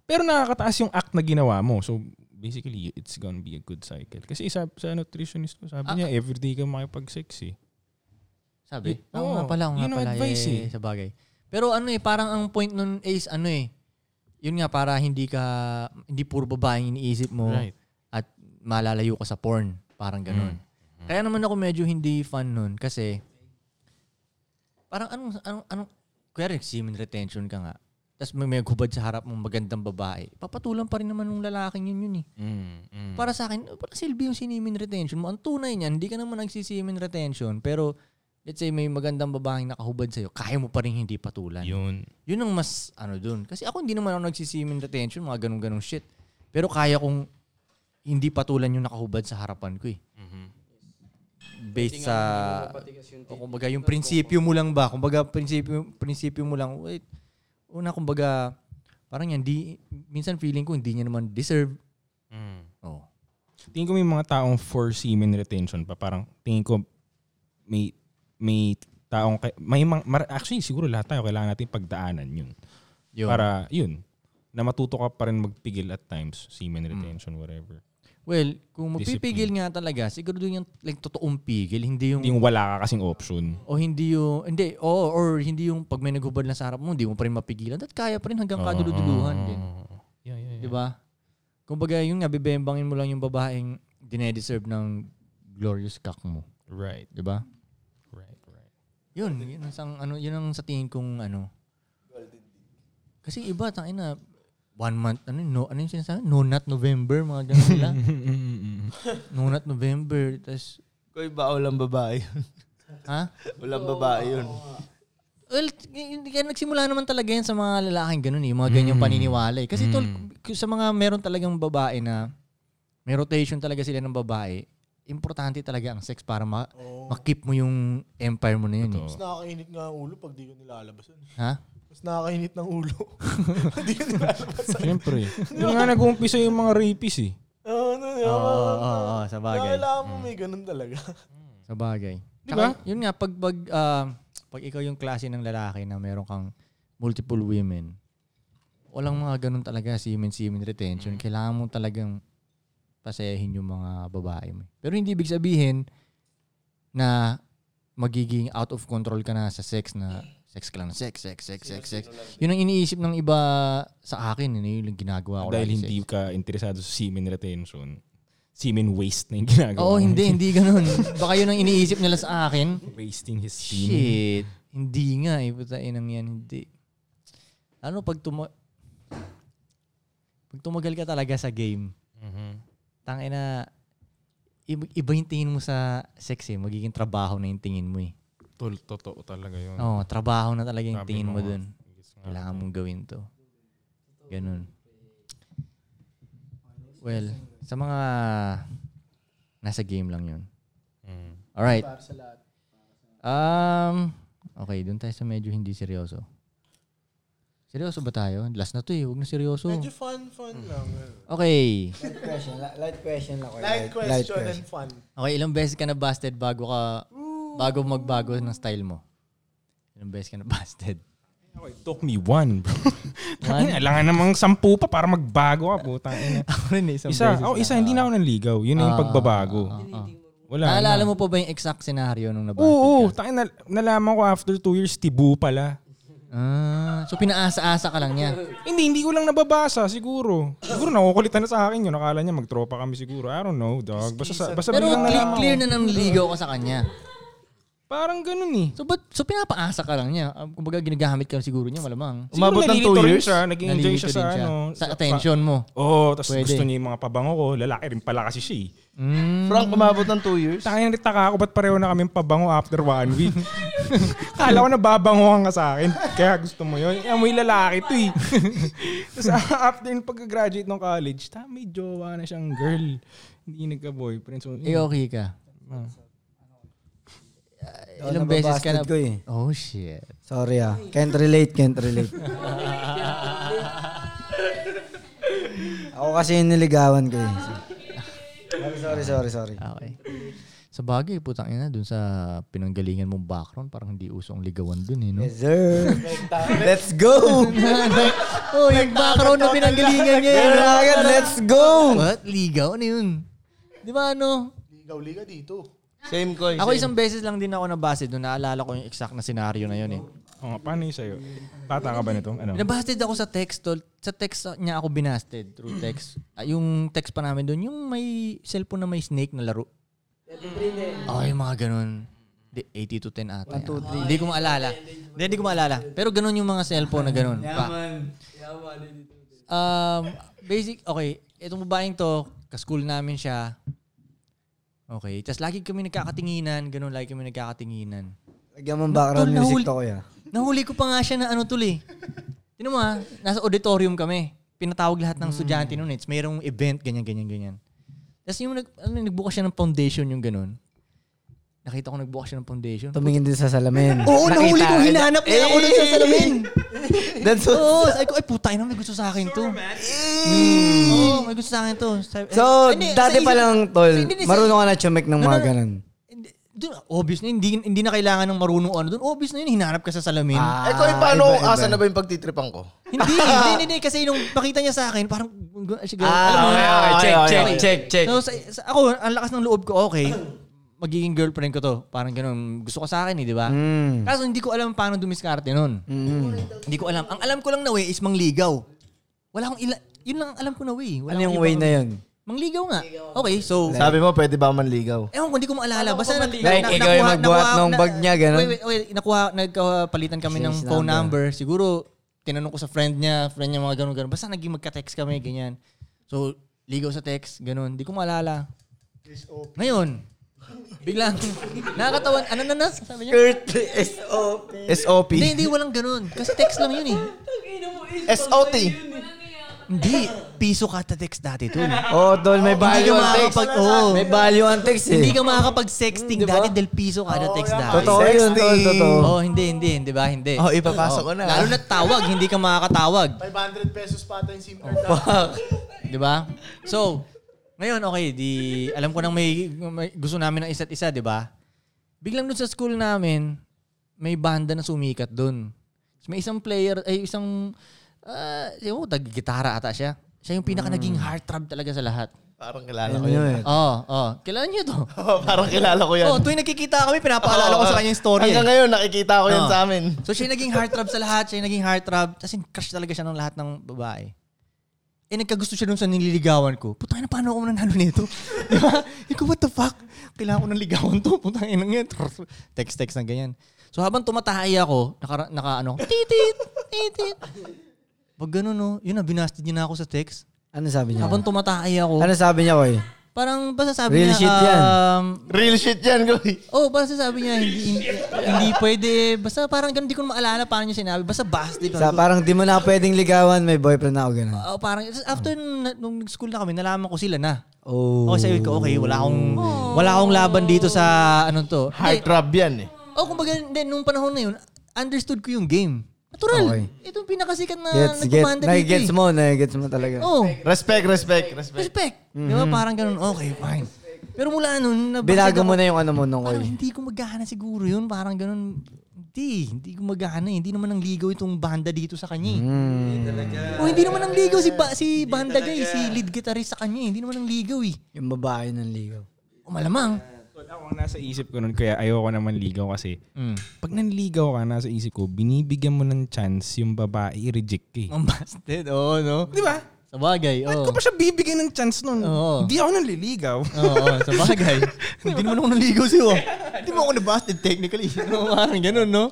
Pero nakakataas yung act na ginawa mo. So, basically, it's gonna be a good cycle. Kasi sa, sa nutritionist ko, sabi Ah, niya, everyday ka makipag-sex eh. Sabi? Y- Oo oo, nga pala, oo nga yun ang pala. advice eh, eh. Sa bagay. Pero ano eh, parang ang point nun is ano eh, yun nga para hindi ka, hindi puro babaeng iniisip mo Right. Mm. at malalayo ka sa porn. Parang ganun. Mm-hmm. Kaya naman ako medyo hindi fan nun kasi parang anong, anong, anong, kuya semen retention ka nga. Tapos may, may hubad sa harap mong magandang babae. Papatulan pa rin naman ng lalaking yun yun eh. Mm, Para sa akin, para silbi yung sinimin retention mo. Ang tunay niyan, hindi ka naman nagsisimin retention, pero let's say may magandang babaeng nakahubad sa'yo, kaya mo pa rin hindi patulan. Yun, Yun. ang mas ano dun. Kasi ako hindi naman ako nagsisimin retention, mga ganun-ganung shit. Pero kaya kong hindi patulan yung nakahubad sa harapan ko eh. Based sa, o kumbaga yung prinsipyo mo lang ba? Kumbaga prinsipyo, prinsipyo mo lang, wait, una kumbaga, parang yan, di, minsan feeling ko hindi niya naman deserve. Oh. Tingin ko may mga taong for semen retention pa. Parang tingin ko may may taong kay- may mga, mar- actually siguro lahat tayo kailangan natin pagdaanan yun. Yun. Para yun. na matuto ka pa rin magpigil at times, semen retention, whatever. Well, kung magpipigil nga talaga, siguro doon yung like, totoong pigil, hindi yung, Hindi yung wala ka kasing option. o hindi yung, hindi, o or hindi yung pag may naghubad na sa harap mo, hindi mo pa rin mapigilan. At kaya pa rin hanggang kaduluduluhan din. Yeah, yeah, Di ba? Kung baga, yun nga, bibembangin mo lang yung babaeng dinedeserve ng glorious cock mo. Diba? Right, Di ba? right, right. Yun, yun ang, sang, ano, yun ang sa tingin kong ano. Kasi iba, tangin na, one month, ano, yun, no, ano yung sinasabi? No Nut November, mga ganun nila. no Nut November, tas, Koy ba walang babae yun? ha? Walang babae yun. Well, t- hindi kaya nagsimula naman talaga yan sa mga lalaking ganun eh, yung mga ganyang paniniwala eh. Kasi tol, k- sa mga meron talagang babae na may rotation talaga sila ng babae, importante talaga ang sex para ma- makip mo yung empire mo na yun. Eh. Mas nakakainit nga ang ulo pag di ko nilalabasan. Ha? Mas nakakainit ng ulo. Hindi ko nilalabasan. Siyempre. Doon nga nag-uumpisa yung mga rapist eh. Oo, ano yun? Oo, oo, oo, sa Kaya bagay. Mm. Kailangan mo may ganun talaga. Sa bagay. Di ba? Tsaka, Yun nga, pag, pag, ah, pag ikaw yung klase ng lalaki na meron kang multiple women, walang mga ganun talaga, semen-semen Mm. retention. Kailangan mo talagang pasayahin yung mga babae mo. Pero hindi ibig sabihin na magiging out of control ka na sa sex na sex ka lang. Sex, sex, sex, sex, sex. Yun ang iniisip ng iba sa akin. Yun yung ginagawa ko. Dahil lagi hindi sex. ka interesado sa semen retention, semen waste na yung ginagawa. Oo, mo. hindi, hindi ganun. Baka yun ang iniisip nila sa akin. Wasting his semen. Shit. Hindi nga eh. Puta inang yan. Hindi. Ano pag tuma... Pag tumagal ka talaga sa game, Mm-hmm. tangin na iba, iba yung tingin mo sa sex eh. Magiging trabaho na yung tingin mo eh. Tol, totoo talaga yun. Oo, trabaho na talaga yung Mm-hmm. Sabi tingin mo nga. dun. Kailangan mong gawin to. Ganun. Well, sa mga nasa game lang yun. Mm. Alright. Um, okay, dun tayo sa medyo hindi seryoso. Seryoso ba tayo? Last na to eh. Huwag na seryoso. Medyo fun, fun Mm. lang. eh. Okay. Light question. li- Light question lang. ko. Light question and fun. Okay, ilang beses ka na busted bago ka bago magbago ng style mo? Ilang beses ka na busted? Okay, took me one, bro. Tangin, alangan namang sampu pa para magbago ka, puta. Ako rin eh, isang isa, beses oh, na. isa, hindi na ako nanligaw. Yun na yung Ah, pagbabago. ah, ah. Wala Naalala na. mo pa ba yung exact scenario nung nabasted Oo, oo. ka? Tangin, nal- nalaman ko after two years, tibu pala. Ah, so pinaasa-asa ka lang niya. Hindi, hindi ko lang nababasa, siguro. Siguro nakukulitan na sa akin yun. Akala niya magtropa kami siguro. I don't know, dog. Basta, sa- basta Pero bilang clear, nalaman clear ko. na nang ligaw ka sa kanya. Parang ganun eh. So, but, so pinapaasa ka lang niya. Ah, Kumbaga ginagamit ka siguro niya, malamang. Siguro Umabot ng nalilito two rin years? Siya, nag-enjoy Nalilito siya sa, din siya. ano. Sa attention mo. Oo, oh, tapos Pwede. gusto niya yung mga pabango ko. Lalaki rin pala kasi siya eh. Frank, umabot ng two years. Tangin na taka ako, ba't pareho na kaming pabango after one week? Kala ko nababangohan ka sa akin. Kaya gusto mo yun. Eh, Amoy lalaki to eh. Tapos after yung pagka-graduate ng college, ta, may jowa na siyang girl. Hindi nagka-boyfriend. So, Eh, okay ka. Ah. Ah, ilang beses ka na... nababasted ko eh. Oh, shit. Sorry ah. Can't relate, can't relate. Ako kasi yung niligawan ko eh. Sorry, sorry, sorry. Okay. Sa bagay, putang ina, dun sa pinanggalingan mong background, parang hindi uso ang ligawan dun eh, no? Yes, sir. Let's go! oh, yung background na pinanggalingan niya eh. Meron na agad, let's go! What? Ligaw? Ano yun? Di ba ano? Ligaw-liga dito. Mm. Same koy. Ako isang beses lang din ako nabasted doon. Naalala ko yung exact na senaryo na yun eh. Oo nga, oh, paano yung sa'yo? Bata ka ba nito? Ano? Nabasted ako sa text. tol. Sa text uh, niya ako binasted through text. Ah, yung text pa namin doon, yung may cellphone na may snake na laro. Oh, yung mga ganun. Di- 80 to 10 ata. yan. Hindi ko maalala. Hindi, hindi ko maalala. Pero ganun yung mga cellphone na ganun. Pa. Um, basic, okay. Itong babaeng to, ka-school namin siya. Okay. Tapos lagi kami nagkakatinginan. Ganun, lagi kami nagkakatinginan. Lagyan mo ng background Tol, music nahul- to kuya. Nahuli ko pa nga siya na ano tuloy. Tinan mo ha, nasa auditorium kami. Pinatawag lahat ng estudyante noon. It's mayroong event, ganyan, ganyan, ganyan. Tapos yung nag, ano, nagbukas siya ng foundation yung ganun. Nakita ko nagbukas siya ng foundation. Tumingin din sa salamin. Oo, Oh, nahuli ko hinanap niya ako doon sa salamin. That's so... Eh! Oo, sabi ko, ay putay na, may gusto sa akin to. Mm. Oo, may gusto sa akin to. Sabi- So, Ay, hindi, sa dati isip- pa lang, tol, Hindi, hindi, sa- marunong ka na chumek ng No, mga no, no. ganun. Hindi- Dun, obvious na, hindi, hindi na kailangan ng marunong ano doon. Obvious na yun, hinanap ka sa salamin. eh, ko, Ah, eh, paano, asa na ba yung pagtitripan ko? Hindi, hindi, hindi, hindi. Kasi nung nakita niya sa akin, parang, siguro, Ah, alam mo na. Check, check, check, check. So, sa- sa- ako, ang lakas ng loob ko, okay, magiging girlfriend ko to. Parang ganun, gusto ko sa akin eh, di ba? Hmm. Kaso hindi ko alam paano dumiskarte nun. Hindi ko alam. Ang alam ko lang na way is mangligaw. Wala akong ila... Yun lang ang alam ko na way. Wala Ano akong yung iba way pang- na yun? Mangligaw nga. Okay, so... Sabi mo, pwede ba manligaw? Ewan ko, hindi ko maalala. Basta na, Like, ikaw yung magbuhat ng bag niya, ganun? Wait, wait, wait. Nakuha, nagkapalitan kami ng Change phone number. number. Siguro, tinanong ko sa friend niya, friend niya, mga ganun-ganun. Basta naging magka-text kami, ganyan. So, ligaw sa text, ganun. Hindi ko maalala. Ngayon, biglang, nakakatawan, ano na na? Sabi niya? SOP. Hindi, hindi, walang ganun. Kasi text lang yun eh. SOT. Hindi, piso ka text dati to. Oo, tol, may Hindi value ka ang text. makakapag, oo. May value ang text eh. Hindi ka makakapag-sexting dati del piso ka text dati. Totoo yun, tol, totoo. Oo, hindi, hindi, hindi ba? Hindi. Oh, ipapasok ko na. Lalo na tawag, hindi ka makakatawag. 500 pesos pa ata yung SIM card. di ba? So, ngayon, okay, di, alam ko nang may, may gusto namin ng isa't isa, di ba? Biglang dun sa school namin, may banda na sumikat dun. So, may isang player, ay isang, uh, yung tag-gitara ata siya. Siya yung Hmm. pinaka naging heartthrob talaga sa lahat. Parang kilala ko Ano yun. yun? Oo, oh, oh. Kailan niyo to? Oh, parang kilala ko yan. Oo, tuwing nakikita kami, pinapaalala ko sa kanya yung story. eh. Hanggang ngayon, nakikita ko yan Oo. sa amin. So siya yung naging heartthrob sa lahat, siya yung naging heartthrob. Tapos in crush talaga siya ng lahat ng babae. Eh nagkagusto siya dun sa nililigawan ko. Putang ina, paano ako nanalo nito? Di ba? Ikaw, what the fuck? Kailangan ko ng ligawan to. Putang ina nga. Text-text ng ganyan. So habang tumatahi ako, naka, naka ano, titit, titit. Pag ganun no, yun na, binastid niya na ako sa text. Ano sabi niya? Habang tumatahi ako, Ano sabi niya, Koy? parang basta sabi Real niya, shit yan. um, Real shit yan, Goy. Oh, basta sabi niya, hindi, hindi, hindi pwede. Basta parang ganun, di ko na maalala paano niya sinabi. Basta bastard. Sa, parang di mo na pwedeng ligawan, may boyfriend na ako, ganun. Oh, parang after nung, nung school na kami, nalaman ko sila na. Oh. Okay, sabi ko, okay, wala akong wala akong laban dito sa ano to. Heart rub yan eh. Eh, oh, kumbaga, hindi, nung panahon na yun, understood ko yung game. Natural. Okay. Ito yung pinakasikat na Gets, get, nagkumanda dito. nagigets eh. mo, nagigets mo talaga. Oh, Respect, respect, respect. respect. Di ba? Parang ganun, okay, fine. Pero mula nun, nabasag Mm-hmm. Binago ako- mo na yung ano mo nung Parang Koy. hindi ko magana siguro yun. Parang ganun. Hindi. Hindi ko magana. eh. Hindi naman ang ligaw itong banda dito sa kanya. eh. Hmm. O hindi naman ang ligaw si, ba, si banda guy. Si lead guitarist sa kanya. eh. Hindi naman ang ligaw eh. Yung babae ng ligaw. O malamang. Tol, Ako ang nasa isip ko nun, kaya ayoko naman ligaw kasi. Mm. Pag nanligaw ka, nasa isip ko, binibigyan mo ng chance yung babae i-reject ka eh. Ang busted. Oo, no? Di ba? Sa bagay. Ba't Oo. ko pa siya bibigyan ng chance nun? Oo. Hindi ako nanliligaw. Oo, oo, sa bagay. Hindi naman ako naligaw sa'yo. ah. Hindi mo ako nabasted technically. No, parang ganun, no?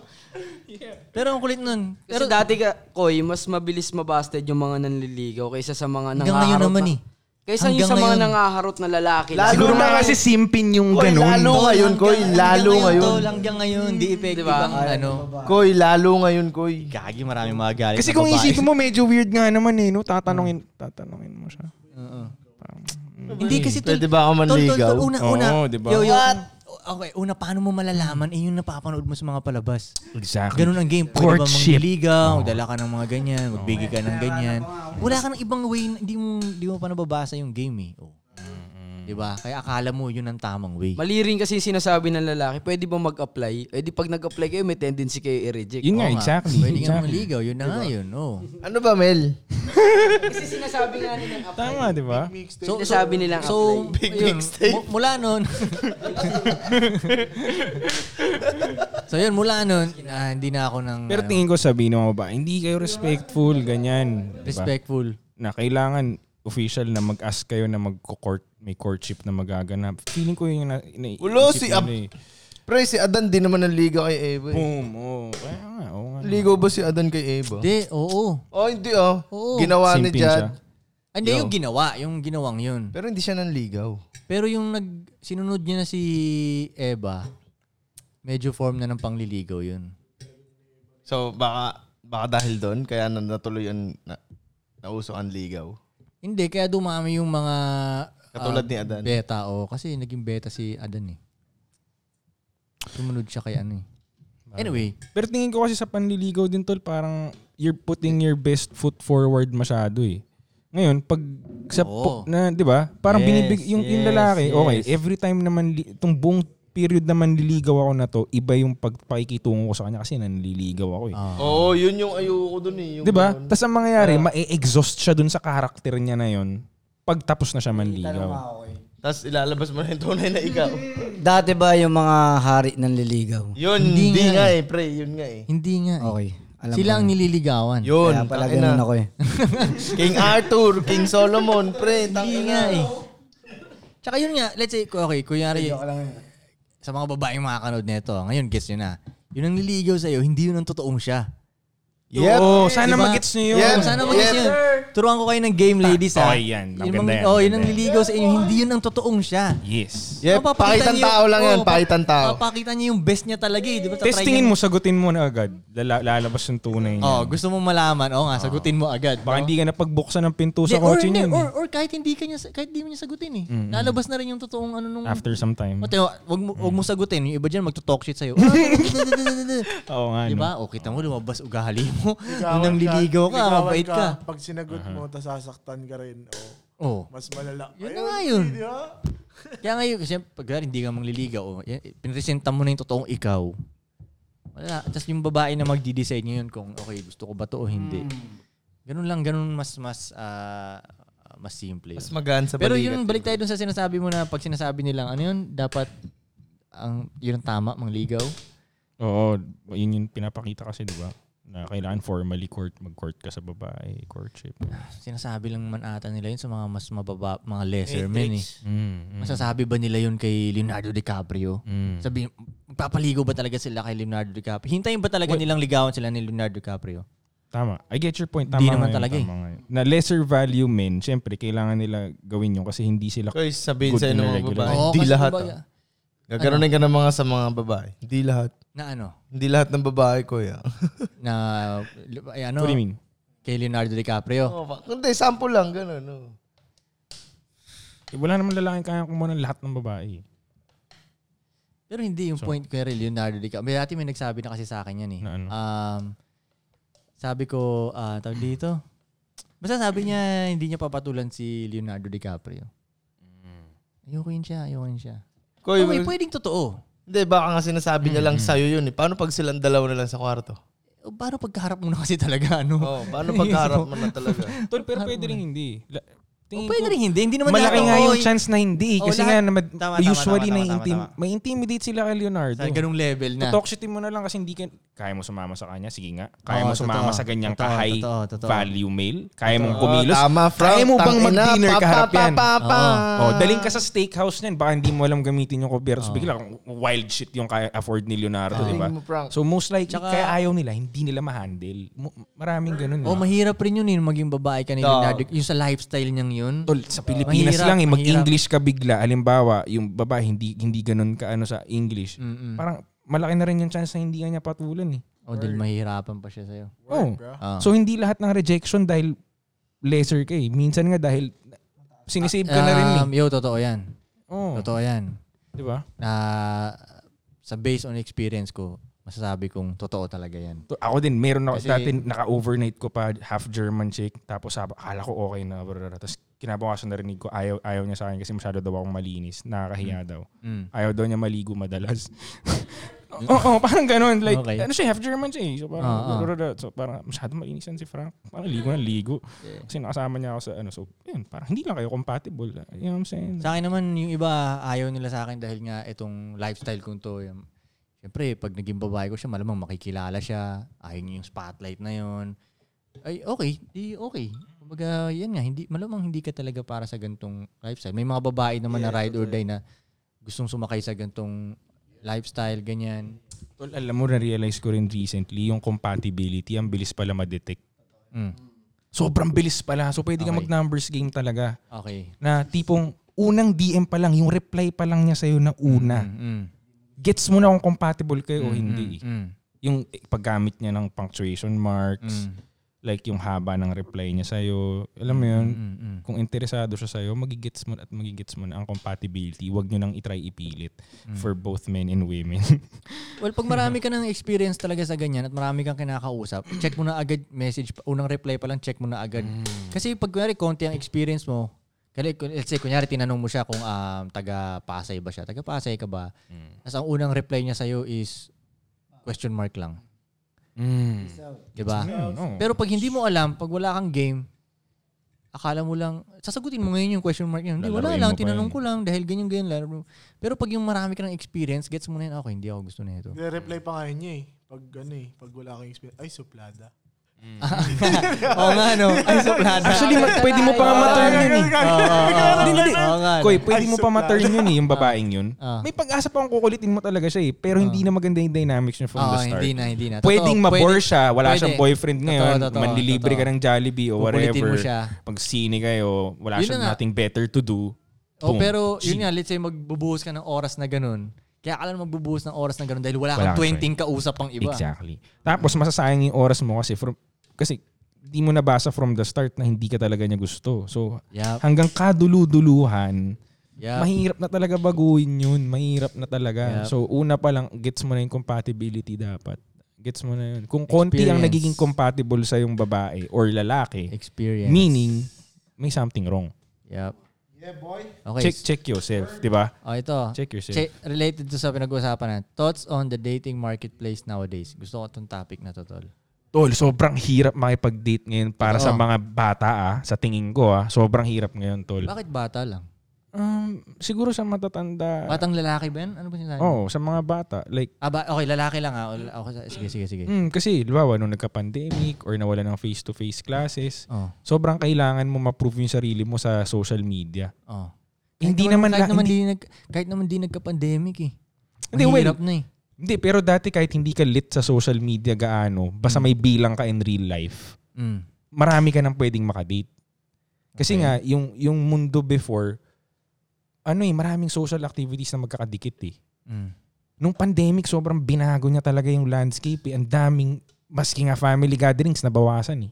Pero ang kulit nun. Pero Pero dati ka, Koy, mas mabilis mabasted yung mga nanliligaw kaysa sa mga hanggang nangaharot ngayon naman na, eh. Kaysa yung Hanggang sa mga ngayon. nangaharot na lalaki. Lalo Siguro na nga kasi simpin yung Koy, ganun. lalo ngayon, Ano Koy. Lalo ngayon. Tol, hanggang ngayon, di effective Diba? ang ano. Koy, lalo ngayon, Koy. Gagi, maraming mga galit Kasi na kung babae. isipin mo, medyo weird nga naman eh, no? Tatanungin, Mm. tatanungin mo siya. Hindi kasi tol. Pwede ba ako manligaw? Tol, tol, una, una. Oo, diba? Yo, yo, Okay, una, paano mo malalaman? Eh, yung napapanood mo sa mga palabas. Exactly. Ganun ang game. Pwede ba Courtship. mangligaw? Dala ka ng mga ganyan. Magbigay ka ng ganyan. Wala ka ng ibang way. na- Hindi mo, hindi mo pa nababasa yung game eh. Oh. Diba? Kaya akala mo yun ang tamang way. Mali rin kasi yung sinasabi ng lalaki, pwede ba mag-apply? Eh di pag nag-apply kayo, may tendency kayo i-reject. Yun nga, Oo exactly. Pwede ka exactly. manligaw. Yun na nga yun. Oh. Ano ba, Mel? Tama, di ba? So, Sinasabi nilang apply. so, Big mistake. mula nun. so yun, mula nun, ah, hindi na ako ng Pero ano, tingin ko sabihin ng mga babae, hindi kayo respectful, ganyan. Diba? respectful. Na kailangan official na mag-ask kayo na mag-court, may courtship na magaganap. Feeling ko yun yung na, na Ulo, si isip nila Ab- eh. Pre, si Adan din naman nanligaw kay Eva. eh. Boom, oh. Kaya nga, oo nga. Ligaw ba si Adan kay Eva? Hindi, oo. Oh, hindi oh. Oo. Ginawa ni Simping siya. Jad. Ah, Hindi, yung ginawa, yung ginawang yun. Pero hindi siya nanligaw. Pero yung nag, sinunod niya na si Eva, medyo form na ng pangliligaw yun. So, baka baka dahil doon, kaya na natuloy ang na, nauso ang ligaw. Hindi, kaya dumami yung mga ah, Katulad ni Adan. Beta, oo. Kasi naging beta si Adan eh. Sumunod siya kay ano eh. Anyway, Pero tingin ko kasi sa panliligaw din tol, parang you're putting your best foot forward masyado eh. Ngayon, pag sa Oo. po- na, 'di ba? Parang Yes, binibig yung, yung yes, lalaki, okay, yes. every time naman li- itong buong period na manliligaw ako na to, iba yung pagpakikitungo ko sa kanya kasi nanliligaw ako eh. Oo, Oh, yun yung ayoko dun eh. Yung 'Di ba? ganun. Tapos Diba? ang mangyayari, ma-exhaust siya dun sa karakter niya na yon pag tapos na siya Ano Ano? manligaw. Tapos ilalabas mo na yung tunay na ikaw. Dati ba yung mga hari ng liligaw? Yun, Hindi hindi, nga nga eh, pre. Yun nga eh. Hindi nga. eh. Okay. Alam Sila ko ang na. nililigawan. Yun, Kaya pala tangina. ganun ako eh. King Arthur, King Solomon, pre. Hindi tangina. nga eh. Tsaka yun nga, let's say, okay, kunyari, sa mga babaeng makakanood nito, ngayon, guess nyo na, yun ang nililigaw sa'yo, hindi yun ang totoong siya. Yep. Oo, sana Diba? magets niyo yun. Yes. Oo, sana Yes, mag-gets yun. Turuan ko kayo ng game, ladies, ha? Okay, yan. Yung Maganda mga- oh, yun yan, ang maganda yan. nililigaw sa inyo, hindi yun ang totoong siya. Yes. Yep, Mapapakita pakitan niyo- oh, tao lang yan, oo, pa- pakitan tao. Mapapakita niya yung best niya talaga, eh. Di ba? Tatry Testingin niya- mo, sagutin mo na agad. Lala- lalabas yung tunay niya. Oh, gusto mo malaman, oh nga, sagutin mo agad. Baka no? hindi ka napagbuksan ng pinto Hindi, sa or, kotse hindi, niya. or, eh. or kahit hindi ka niya, kahit hindi mo niya sagutin eh. Lalabas na rin yung totoong ano nung... After some time. Mate, wag mo, wag mo sagutin. Yung iba dyan magto-talk shit sa'yo. Di Oo nga. no. ba? O, kita mo, lumabas ugali mo. Nung nangliligaw ka, ligawan mabait ka. Pag sinagot mo, tas sasaktan ka rin. O, Oh. mas malala. Yun na Ayun, nga yun. di ba? Kaya ngayon, kasi pag kunwari, hindi ka mangliligaw, oh, yan, pinresenta mo na yung totoong ikaw. Wala. Tapos yung babae na magdi-decide ngayon kung, okay, gusto ko ba to o hindi. Hmm. Ganun lang, ganun mas, mas, ah, mas simple. Mas yun. magaan sa Pero balikat. yun, balik tayo dun sa sinasabi mo na pag sinasabi nilang, ano yun, dapat, ang yun ang tama, mangligaw. Oo, yun yung pinapakita kasi, di ba? Na kailangan formally court, mag-court ka sa babae, courtship. Sinasabi lang man ata nila yun sa mga mas mababa, mga lesser men eh. Mm, mm, Masasabi ba nila yun kay Leonardo DiCaprio? mm. Sabi, magpapaligo ba talaga sila kay Leonardo DiCaprio? Hintayin ba talaga nilang ligawan sila ni Leonardo DiCaprio? Tama. I get your point. Tama Hindi naman nga yun, talaga eh. tama nga yun. Na lesser value men, syempre, kailangan nila gawin yun kasi hindi sila... Guys, sabihin Good sa'yo ng na mga regular. babae. Oo, Hindi kasi lahat. kumbaga, ah. Gagaronin ka ng mga sa mga babae. Hindi lahat. Na ano? Hindi lahat ng babae, kuya. Na, ay, ano? What do you mean? Kay Leonardo DiCaprio. Oh, fuck. Hindi, sample lang, ganun. Oh. Eh, wala naman lalaking kaya kumuha ng lahat ng babae. eh. Pero hindi yung point ko rin, Leonardo DiCaprio. May dati may nagsabi na kasi sa akin yan eh. Na ano? Um, sabi ko, ah tawag dito. Basta sabi niya, hindi niya papatulan si Leonardo DiCaprio. Mm. Ayoko yun siya, ayoko yun siya. Koy, okay, pwedeng totoo. hindi, baka nga sinasabi niya lang sa'yo yun eh. Paano pag silang dalawa na lang sa kwarto? O, Paano pagkaharap mo na kasi talaga, ano? Oh, paano pagkaharap mo na talaga? Tol, pero pwede rin hindi. La- O, Oh, tingin pwede ko- rin hindi. Hindi naman Malaki lahat, nga oo, yung eh. chance na hindi. Oo, Kasi lahat- nga, namad, Tama, tama, usually tama, na tama, tama. may intimidate sila kay Leonardo. Sa ganung level na. Talk shitin mo na lang kasi hindi ka, kaya mo sumama sa kanya, sige nga. Kaya Oo, mo sumama totoo. sa ganyang Totoo, ka-high totoo, totoo. value male. Kaya mong Oh, kumilos. tama, Frank. kaya mo bang Tangina, pa, mag-dinner pa, kaharap pa, yan? pa, pa. Ah. Oh, daling ka sa steakhouse niyan, baka hindi mo alam gamitin yung kubyera. So bigla, wild shit yung kaya afford ni Leonardo, Ah. di ba? Tingin mo, Frank. So most likely, Tsaka- kaya ayaw nila, hindi nila ma-handle. Mu- Maraming ganun. Oh, eh. mahirap rin yun eh, maging babae ka ni Oo. Leonardo. Yung sa lifestyle niyang yun. Tol, sa Pilipinas Ah, Mahirap, lang eh, mahirap. mag-English ka bigla. Alimbawa, yung babae hindi hindi ganun ka ano sa English. Mm. Parang malaki na rin yung chance na hindi ka niya patulan eh. O, Oh, dahil mahirapan pa siya sa'yo. Oh. Ah. So hindi lahat ng rejection dahil lesser ka eh. Minsan nga dahil sinisave ka na rin eh. Um, yo, totoo yan. Oh, Totoo yan. di ba? Na sa based on experience ko, masasabi kong totoo talaga yan. To- Ako din, meron ako Kasi- dati, naka-overnight ko pa, half German chick. Tapos sabi, akala ko okay na. brr, Tapos kinabukasan narinig ko, ayaw, ayaw niya sa akin kasi masyado daw akong malinis. Nakakahiya daw. Mm. Ayaw daw niya maligo madalas. Oo, oh, parang ganun. Like, Okay. ano siya, half German siya eh. So parang, Ah, ah. brr, so, parang masyado malinisan si Frank. Parang ligo na ligo. Kasi nakasama niya ako sa ano. So, yun, parang hindi lang kayo compatible. ah. You know what I'm saying? Sa akin naman, yung iba ayaw nila sa akin dahil nga itong lifestyle kong to. Yung, Siyempre, pag naging babae ko siya, malamang makikilala siya. Ayaw niya yung spotlight na yun. Ay, okay. Di okay. Kumbaga, yan nga. Hindi, malamang hindi ka talaga para sa gantong lifestyle. May mga babae naman na ride or die na gustong sumakay sa gantong lifestyle, ganyan. Tol, alam mo, na-realize ko rin recently, yung compatibility, ang bilis pala ma-detect. Mm. Sobrang bilis pala. So, Okay. pwede kang mag-numbers game talaga. Okay. Na tipong, unang DM pa lang, yung reply pa lang niya sa'yo na una. Mm, Gets mo na kung compatible kayo o mm, hindi. mm, mm, Yung eh, paggamit niya ng punctuation marks, mm, like yung haba ng reply niya sa'yo. Alam mo yun? mm, mm. Kung interesado siya sa'yo, magigets mo na at magigets mo na ang compatibility. Huwag nyo nang itry ipilit Mm. for both men and women. Well, pag marami ka ng experience talaga sa ganyan at marami kang kinakausap, check Mm. mo na agad message. pa- Unang reply pa lang, check mo na agad. Kasi pag kunwari, konti ang experience mo, Kaya, kun- let's say, kunyari, tinanong mo siya kung um, taga-Pasay ba siya. Taga-Pasay ka ba? Mm. Tapos ang unang reply niya sa'yo is question mark lang. Mm. Di ba? No. Pero pag hindi mo alam, pag wala kang game, akala mo lang, sasagutin mo ngayon yung question mark niya. Hindi, wala Lalaruin lang, mo pa tinanong yun. ko lang dahil ganyan, ganyan. Laro. mo. Pero pag yung marami ka ng experience, gets mo na yun, "Ah, okay, hindi ako gusto na ito. Nire-reply pa nga niya eh. Pag ano eh, pag wala kang experience. Ay, suplada. Oo nga, no? Ay, suplada. Actually, ma- pwede mo pa ma-turn yun eh. Hindi, hindi. Oo nga, no? Koy, pwede mo pa ma-turn yun eh, yung babaeng yun. Ah. May pag-asa pa kung kukulitin mo talaga siya eh. Pero hindi na maganda yung dynamics niya from Oo, the start. Ah, hindi na, hindi na. Totoo, Pwedeng mabore pwede- siya, wala pwede. siyang boyfriend ngayon, Totoo, totoo, manlilibre ka totoo. ng Jollibee o Kukulitin whatever. mo siya. Pag sine kayo, wala Yun siyang na nga. nothing better to do. Oh, Boom. pero G. yun nga, let's say magbubuhos ka ng oras na ganun. Kaya akala mo magbubuhos ng oras na ganun dahil wala, Wala kang kang 20 kausap pang iba. Exactly. Tapos masasayang yung oras mo kasi from, kasi di mo nabasa from the start na hindi ka talaga niya gusto. So Yup. hanggang kaduluduluhan, Yup. mahirap na talaga baguhin yun. Mahirap na talaga. Yup. So una pa lang, gets mo na yung compatibility dapat. Gets mo na yun. Kung konti ang Experience. nagiging compatible sa yung babae or lalaki, Experience. meaning may something wrong. Yep. Yeah, boy. Okay. Check check yourself, 'di ba? Oh, ito. Check yourself. Che- related to sa pinag-uusapan na. Thoughts on the dating marketplace nowadays. Gusto ko itong topic na to, tol. Tol, sobrang hirap makipag-date ngayon para sa Oo. mga bata ah, sa tingin ko ah. Sobrang hirap ngayon, tol. Bakit bata lang? Um, siguro sa matatanda. Batang lalaki ba yan? Ano ba sinasabi? Oo, sa mga bata. Like, Ah, ba- okay, lalaki lang ah. Wala- Okay, sa- sige, sige, sige. mm, kasi, libawa, nung nagka-pandemic or nawala ng face-to-face classes, Oh, sobrang kailangan mo ma-prove yung sarili mo sa social media. oh. Hindi naman kahit la- naman hindi- di nag kahit naman di nagka-pandemic eh. Hindi, Hindi, well, hirap na eh. Hindi, pero dati kahit hindi ka lit sa social media gaano, basta may bilang ka in real life, Mm. marami ka nang pwedeng makadate. Kasi nga, yung, yung mundo before, ano eh, maraming social activities na magkakadikit eh. Mm. nung pandemic, sobrang binago niya talaga yung landscape. Eh. Ang daming, maski nga family gatherings, nabawasan eh.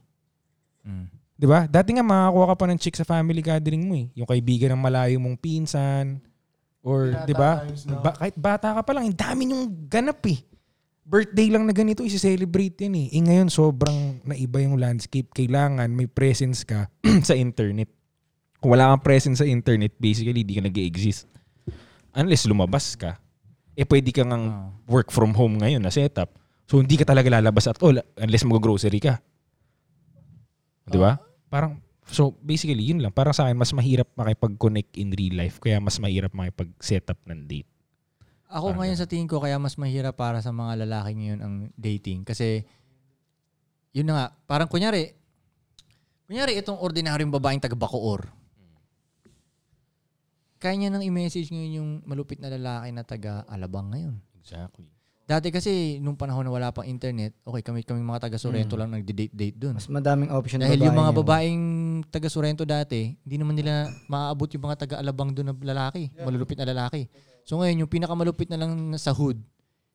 Mm. Di ba? Dati nga makakakuha ka pa ng chick sa family gathering mo eh. Yung kaibigan ng malayo mong pinsan. Or, di ba? Ba- kahit bata ka pa lang, ang dami niyong ganap eh. Birthday lang na ganito, isi-celebrate yan eh. Eh ngayon, sobrang naiba yung landscape. Kailangan may presence ka sa internet. Kung wala kang presence sa internet, basically, di ka nag exist Unless lumabas ka. Eh pwede kang ang Ah. work from home ngayon na setup. So hindi ka talaga lalabas at all unless mag-grocery ka. Di ba? Parang, so basically, yun lang. Parang sa akin, mas mahirap makipag-connect in real life. Kaya mas mahirap makipag-setup ng date. Ako Parang ngayon sa tingin ko kaya mas mahirap para sa mga lalaki ngayon ang dating kasi yun na nga, parang kunyari kunyari itong ordinaryong babaeng taga Bacoor. Kaya niya nang i-message ngayon yung malupit na lalaki na taga Alabang ngayon. Exactly. Dati kasi nung panahon na wala pang internet, okay kami kaming mga taga Sorrento lang nagde-date-date doon. Mas madaming option Dahil yung mga ngayon. babaeng taga Sorrento dati, hindi naman nila maaabot yung mga taga Alabang doon na lalaki, malulupit na lalaki. So ngayon, yung pinakamalupit na lang sa hood,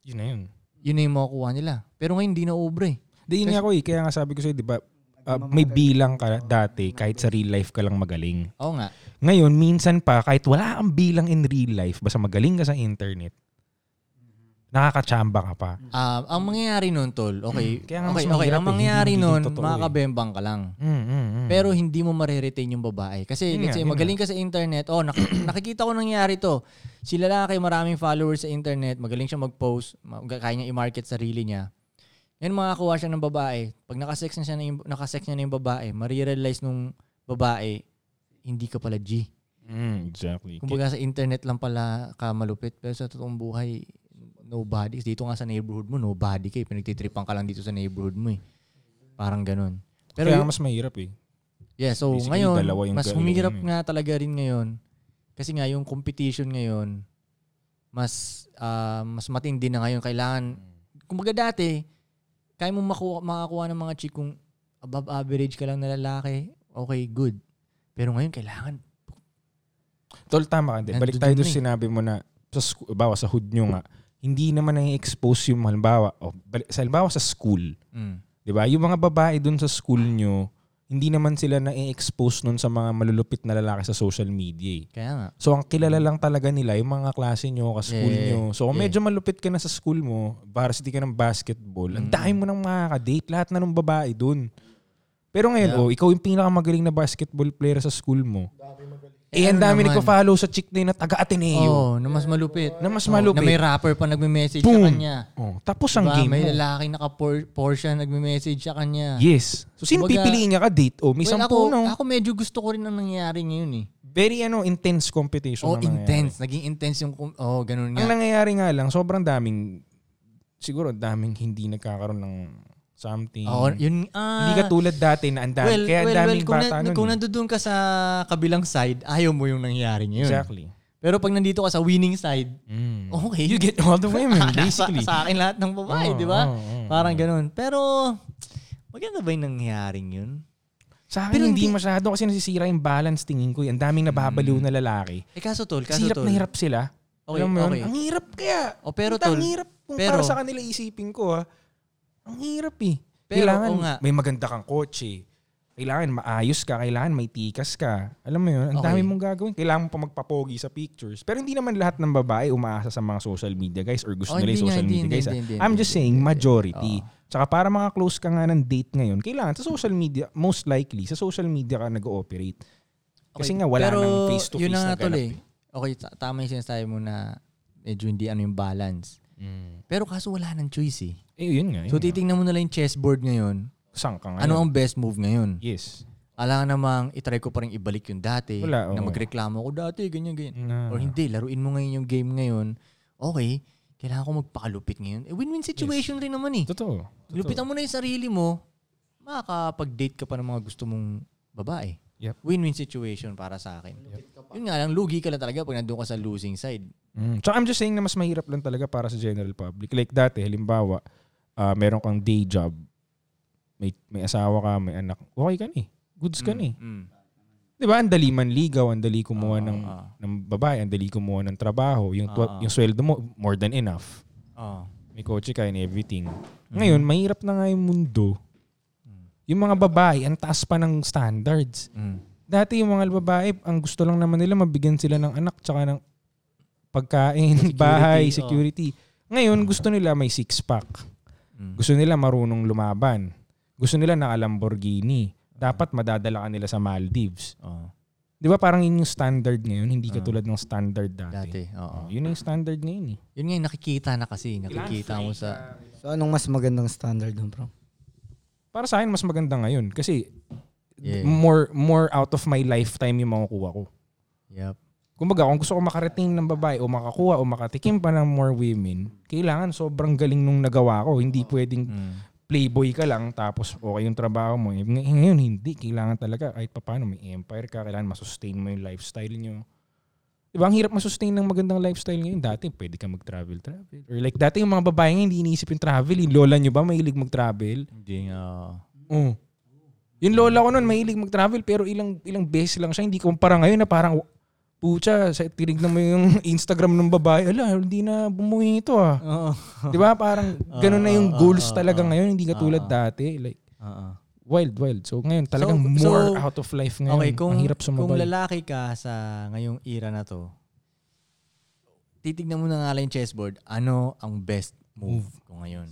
Yun na yun. yun na yung makukuha nila. Pero ngayon, hindi na ubre. Di yun nga ako eh. Kaya nga sabi ko sa'yo, di ba, ah, may bilang ka dati kahit sa real life ka lang magaling. Oo nga. Ngayon, minsan pa, kahit wala ang bilang in real life, basta magaling ka sa internet, nakakachamba ka pa. Um, ang mangyayari nun, Tol, okay. Kaya nga mas okay, okay. mahirap Ang eh, mangyayari hindi nun, totoo eh. makakabembang ka lang. Mm, mm, mm. Pero hindi mo mariretain yung babae. Kasi Yun let's nga, say, yun magaling ka sa internet. Oh, nak- nakikita ko nangyari to. Si lalaki, maraming followers sa internet. Magaling siya mag-post. ma- Kaya niya i-market sarili niya. Ngayon makakuha siya ng babae. Pag nakasex na siya na yung, nakasex niya na yung babae, marirealize nung babae, hindi ka pala G. Mm, exactly. Kumbaga sa internet lang pala ka malupit. Pero sa totoong buhay, nobody. Dito nga sa neighborhood mo, nobody ka. eh. Pinagtitripan ka lang dito sa neighborhood mo eh. Parang ganun. Pero Kaya yun- mas mahirap eh. yeah, so basically, ngayon, dalawa yung mas gagawin humihirap mo eh. nga talaga rin ngayon. Kasi nga yung competition ngayon, mas ah, mas matindi na ngayon. Kailangan, Hmm. kumbaga dati, kaya mong makuha, makakuha ng mga chick kung above average ka lang na lalaki, okay, good. Pero ngayon, kailangan. Tol, tama ka. din. Balik Nandun tayo yun doon eh. sinabi mo na sa sku- bawa sa hood nyo nga, hindi naman na-expose yung halimbawa, o, balik- sa halimbawa sa school, Mm. 'di ba? Yung mga babae doon sa school nyo, hindi naman sila na-expose nun sa mga malulupit na lalaki sa social media. eh. Kaya nga. So ang kilala lang talaga nila yung mga klase nyo, ka-school Mm. Yeah. nyo. So kung Yeah. medyo malupit ka na sa school mo, varsity ka ng basketball, Mm. ang dami mo nang makaka-date, lahat na ng babae doon. Pero ngayon, oh, ikaw yung pinakamagaling na basketball player sa school mo. Eh, ang dami naman. nagpa-follow sa chick na yun na taga-Ateneo. Oo, na mas malupit. Na mas malupit. Na may rapper pa nagme-message sa Boom! kanya. Oh, tapos ang Diba? game May mo. lalaki naka-Porsche nagme-message sa kanya. Yes. So, sino Kumbaga, pipiliin niya ka? Date o may Well, sampu, ako, no? ako medyo gusto ko rin ang nangyayari ngayon eh. Very ano, intense competition. Oh, ang nangyayari. intense. Naging intense yung... kum- Oh, ganun Ang nga. nangyayari nga lang, sobrang daming, siguro daming hindi nagkakaroon ng something. Oh, yun, ah, Hindi ka tulad dati na ang dami. Well, Kaya ang well, well, daming kung, bata na, nun. kung eh. nandoon ka sa kabilang side, ayaw mo yung nangyari ngayon. Exactly. Pero pag nandito ka sa winning side, Mm. okay. You get all the women, Nasa- basically. sa akin lahat ng babae, Oo, di ba? Ah, oo, oo, Parang ganun. Pero, maganda ba yung nangyaring yun? Sa akin, Pero hindi, hindi- masyado kasi nasisira yung balance tingin ko. eh. Ang daming nababaliw na lalaki. Eh kaso tol, Kasi kaso hirap tol. na hirap sila. Okay, Alam mo yun? okay. Ang hirap kaya. O pero Puta, tol, ang hirap. Kung pero- para sa kanila isipin ko ha. Ang hirap eh. Pero, kailangan oo nga. may maganda kang kotse. Kailangan maayos ka. Kailangan may tikas ka. Alam mo yun? Ang Okay. dami mong gagawin. Kailangan mo pa magpapogi sa pictures. Pero hindi naman lahat ng babae umaasa sa mga social media guys or gusto Oh, hindi nila yung nga, social hindi, media hindi, guys. ah. hindi, hindi, I'm hindi, just hindi, saying hindi. majority. Oo. Tsaka para makaklose ka nga ng date ngayon, kailangan sa social media, most likely, sa social media ka nag-ooperate. Kasi Okay, nga wala pero nang face-to-face yun na nga na tol eh. ganap eh. Okay, ta- tama yung sinasabi mo na medyo hindi ano yung balance. Pero kaso wala nang choice eh. Mm. Eh, yun nga. Yun So nga. titingnan mo na lang yung chessboard ngayon. Saan ka ngayon? Ano ang best move ngayon? Yes. Alam namang itry ko pa rin ibalik yung dati. Wala, na oo. magreklamo ko dati, ganyan, ganyan. Na- Or hindi, laruin mo ngayon yung game ngayon. Okay, kailangan ko magpakalupit ngayon. Eh, win-win situation rin naman eh. Totoo. Lupitan mo na yung sarili mo, makakapag-date ka pa ng mga gusto mong babae. Yep. Win-win situation para sa akin. Yun nga lang, lugi ka lang talaga pag nandun ka sa losing side. Mm. So I'm just saying na mas mahirap lang talaga para sa general public. Like dati, halimbawa, ah, meron kang day job, may, may asawa ka, may anak, okay ka na eh. Goods ka na eh. Mm. Di ba? Ang dali manligaw, ang dali kumuha Ah, ng, ah. ng babae, ang dali kumuha ng trabaho. Yung, Ah, twa- ah. yung sweldo mo, more than enough. Oh. May kotse ka and everything. Mm. Ngayon, mahirap na nga yung mundo. Yung mga babae, ang taas pa ng standards. Mm. Dati yung mga babae, ang gusto lang naman nila mabigyan sila ng anak tsaka ng pagkain, bahay, oh. security. Ngayon, gusto nila may six-pack. Mm. Gusto nila marunong lumaban. Gusto nila naka-Lamborghini. Dapat Mm. madadala ka nila sa Maldives. Oh. Di ba parang yun yung standard ngayon? Hindi katulad ng standard dati. Mm. Dati, oo. Oh, yun na yung standard ngayon eh. Yun nga, yung nakikita na kasi. Nakikita mo sa... So anong mas magandang standard dun, bro? Para sa akin, mas maganda ngayon. Kasi Yeah. more more out of my lifetime yung makukuha ko. Yep. Kumbaga, kung gusto ko makarating ng babae o makakuha o makatikim pa ng more women, kailangan sobrang galing nung nagawa ko. Hindi pwedeng Mm. playboy ka lang tapos okay yung trabaho mo. Eh, ngay- ngayon, hindi. Kailangan talaga kahit papaano may empire ka. Kailangan masustain mo yung lifestyle nyo. Diba, ang hirap masustain ng magandang lifestyle ngayon. Dati, pwede ka mag-travel-travel. Or like, dati yung mga babae ngayon, hindi iniisip yung travel. Yung lola nyo ba, mahilig mag-travel? Hindi nga... Oo. Yung lola ko nun, mahilig mag-travel pero ilang ilang beses lang siya. Hindi kumpara ngayon na parang, pucha, sa tinignan mo yung Instagram ng babae, ala, hindi na bumuhi ito ah. Oo. Di ba? Parang ganun na yung goals talaga ngayon. Hindi katulad dati. Like, Oo. wild, wild. So ngayon, talagang So- more so- out of life ngayon. Okay, kung, Ang hirap kung sumabay. lalaki ka sa ngayong era na to, titignan mo na nga lang yung chessboard, ano ang best move ko ngayon?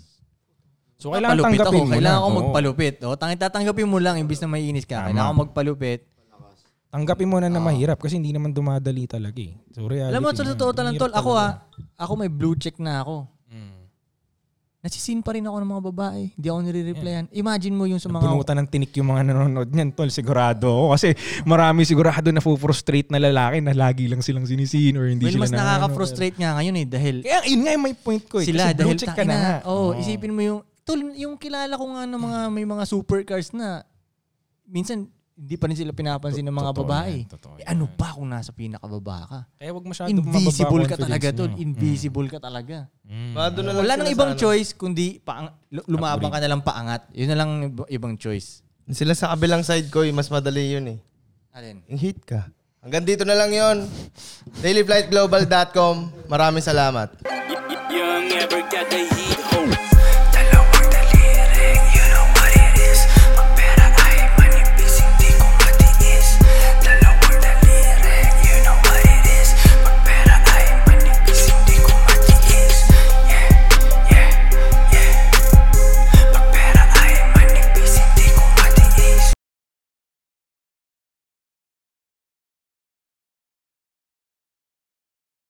so kailangan Palupit tanggapin ako, mo Kailangan na. ko Oo. magpalupit. O, tanging tatanggapin mo lang, imbis na maiinis ka. Tama. Kailangan ko magpalupit. Tanggapin mo na na mahirap kasi hindi naman dumadali talaga eh. So reality. Alam mo, sa na, totoo ang talang hirap tol, ako ah, talaga. ha, ako may blue check na ako. Mm. Nasisin pa rin ako ng mga babae. Hindi ako nire-replyan. Imagine mo yung sa mga... Bunutan ng tinik yung mga nanonood niyan, tol. Sigurado ako. Kasi marami sigurado na frustrate na lalaki na lagi lang silang sinisin or hindi Well, sila mas na- ano, nakaka-frustrate nga ngayon eh dahil Kaya yun nga yung may point ko eh. sila kasi dahil blue check ka tangina, na nga. Oh, isipin mo yung tol, yung kilala ko nga ng mga may mga supercars na minsan hindi pa rin sila pinapansin ng mga Totoo babae. yan, totoo Eh, yan. ano ba kung nasa pinakababa ka? Kaya wag masyado Invisible ka mababa talaga confidence tol, niyo. invisible ka talaga. Mado na lang Wala nang sila sa ibang ano. choice kundi paang, lu- lumabang ka na lang paangat. Yun na lang yung iba- ibang choice. Sila sa kabilang side ko, eh, mas madali yun eh. Alin? Yung hit ka. Hanggang dito na lang yun. dailyflightglobal.com. Maraming salamat. Young ever got the heat. Ho.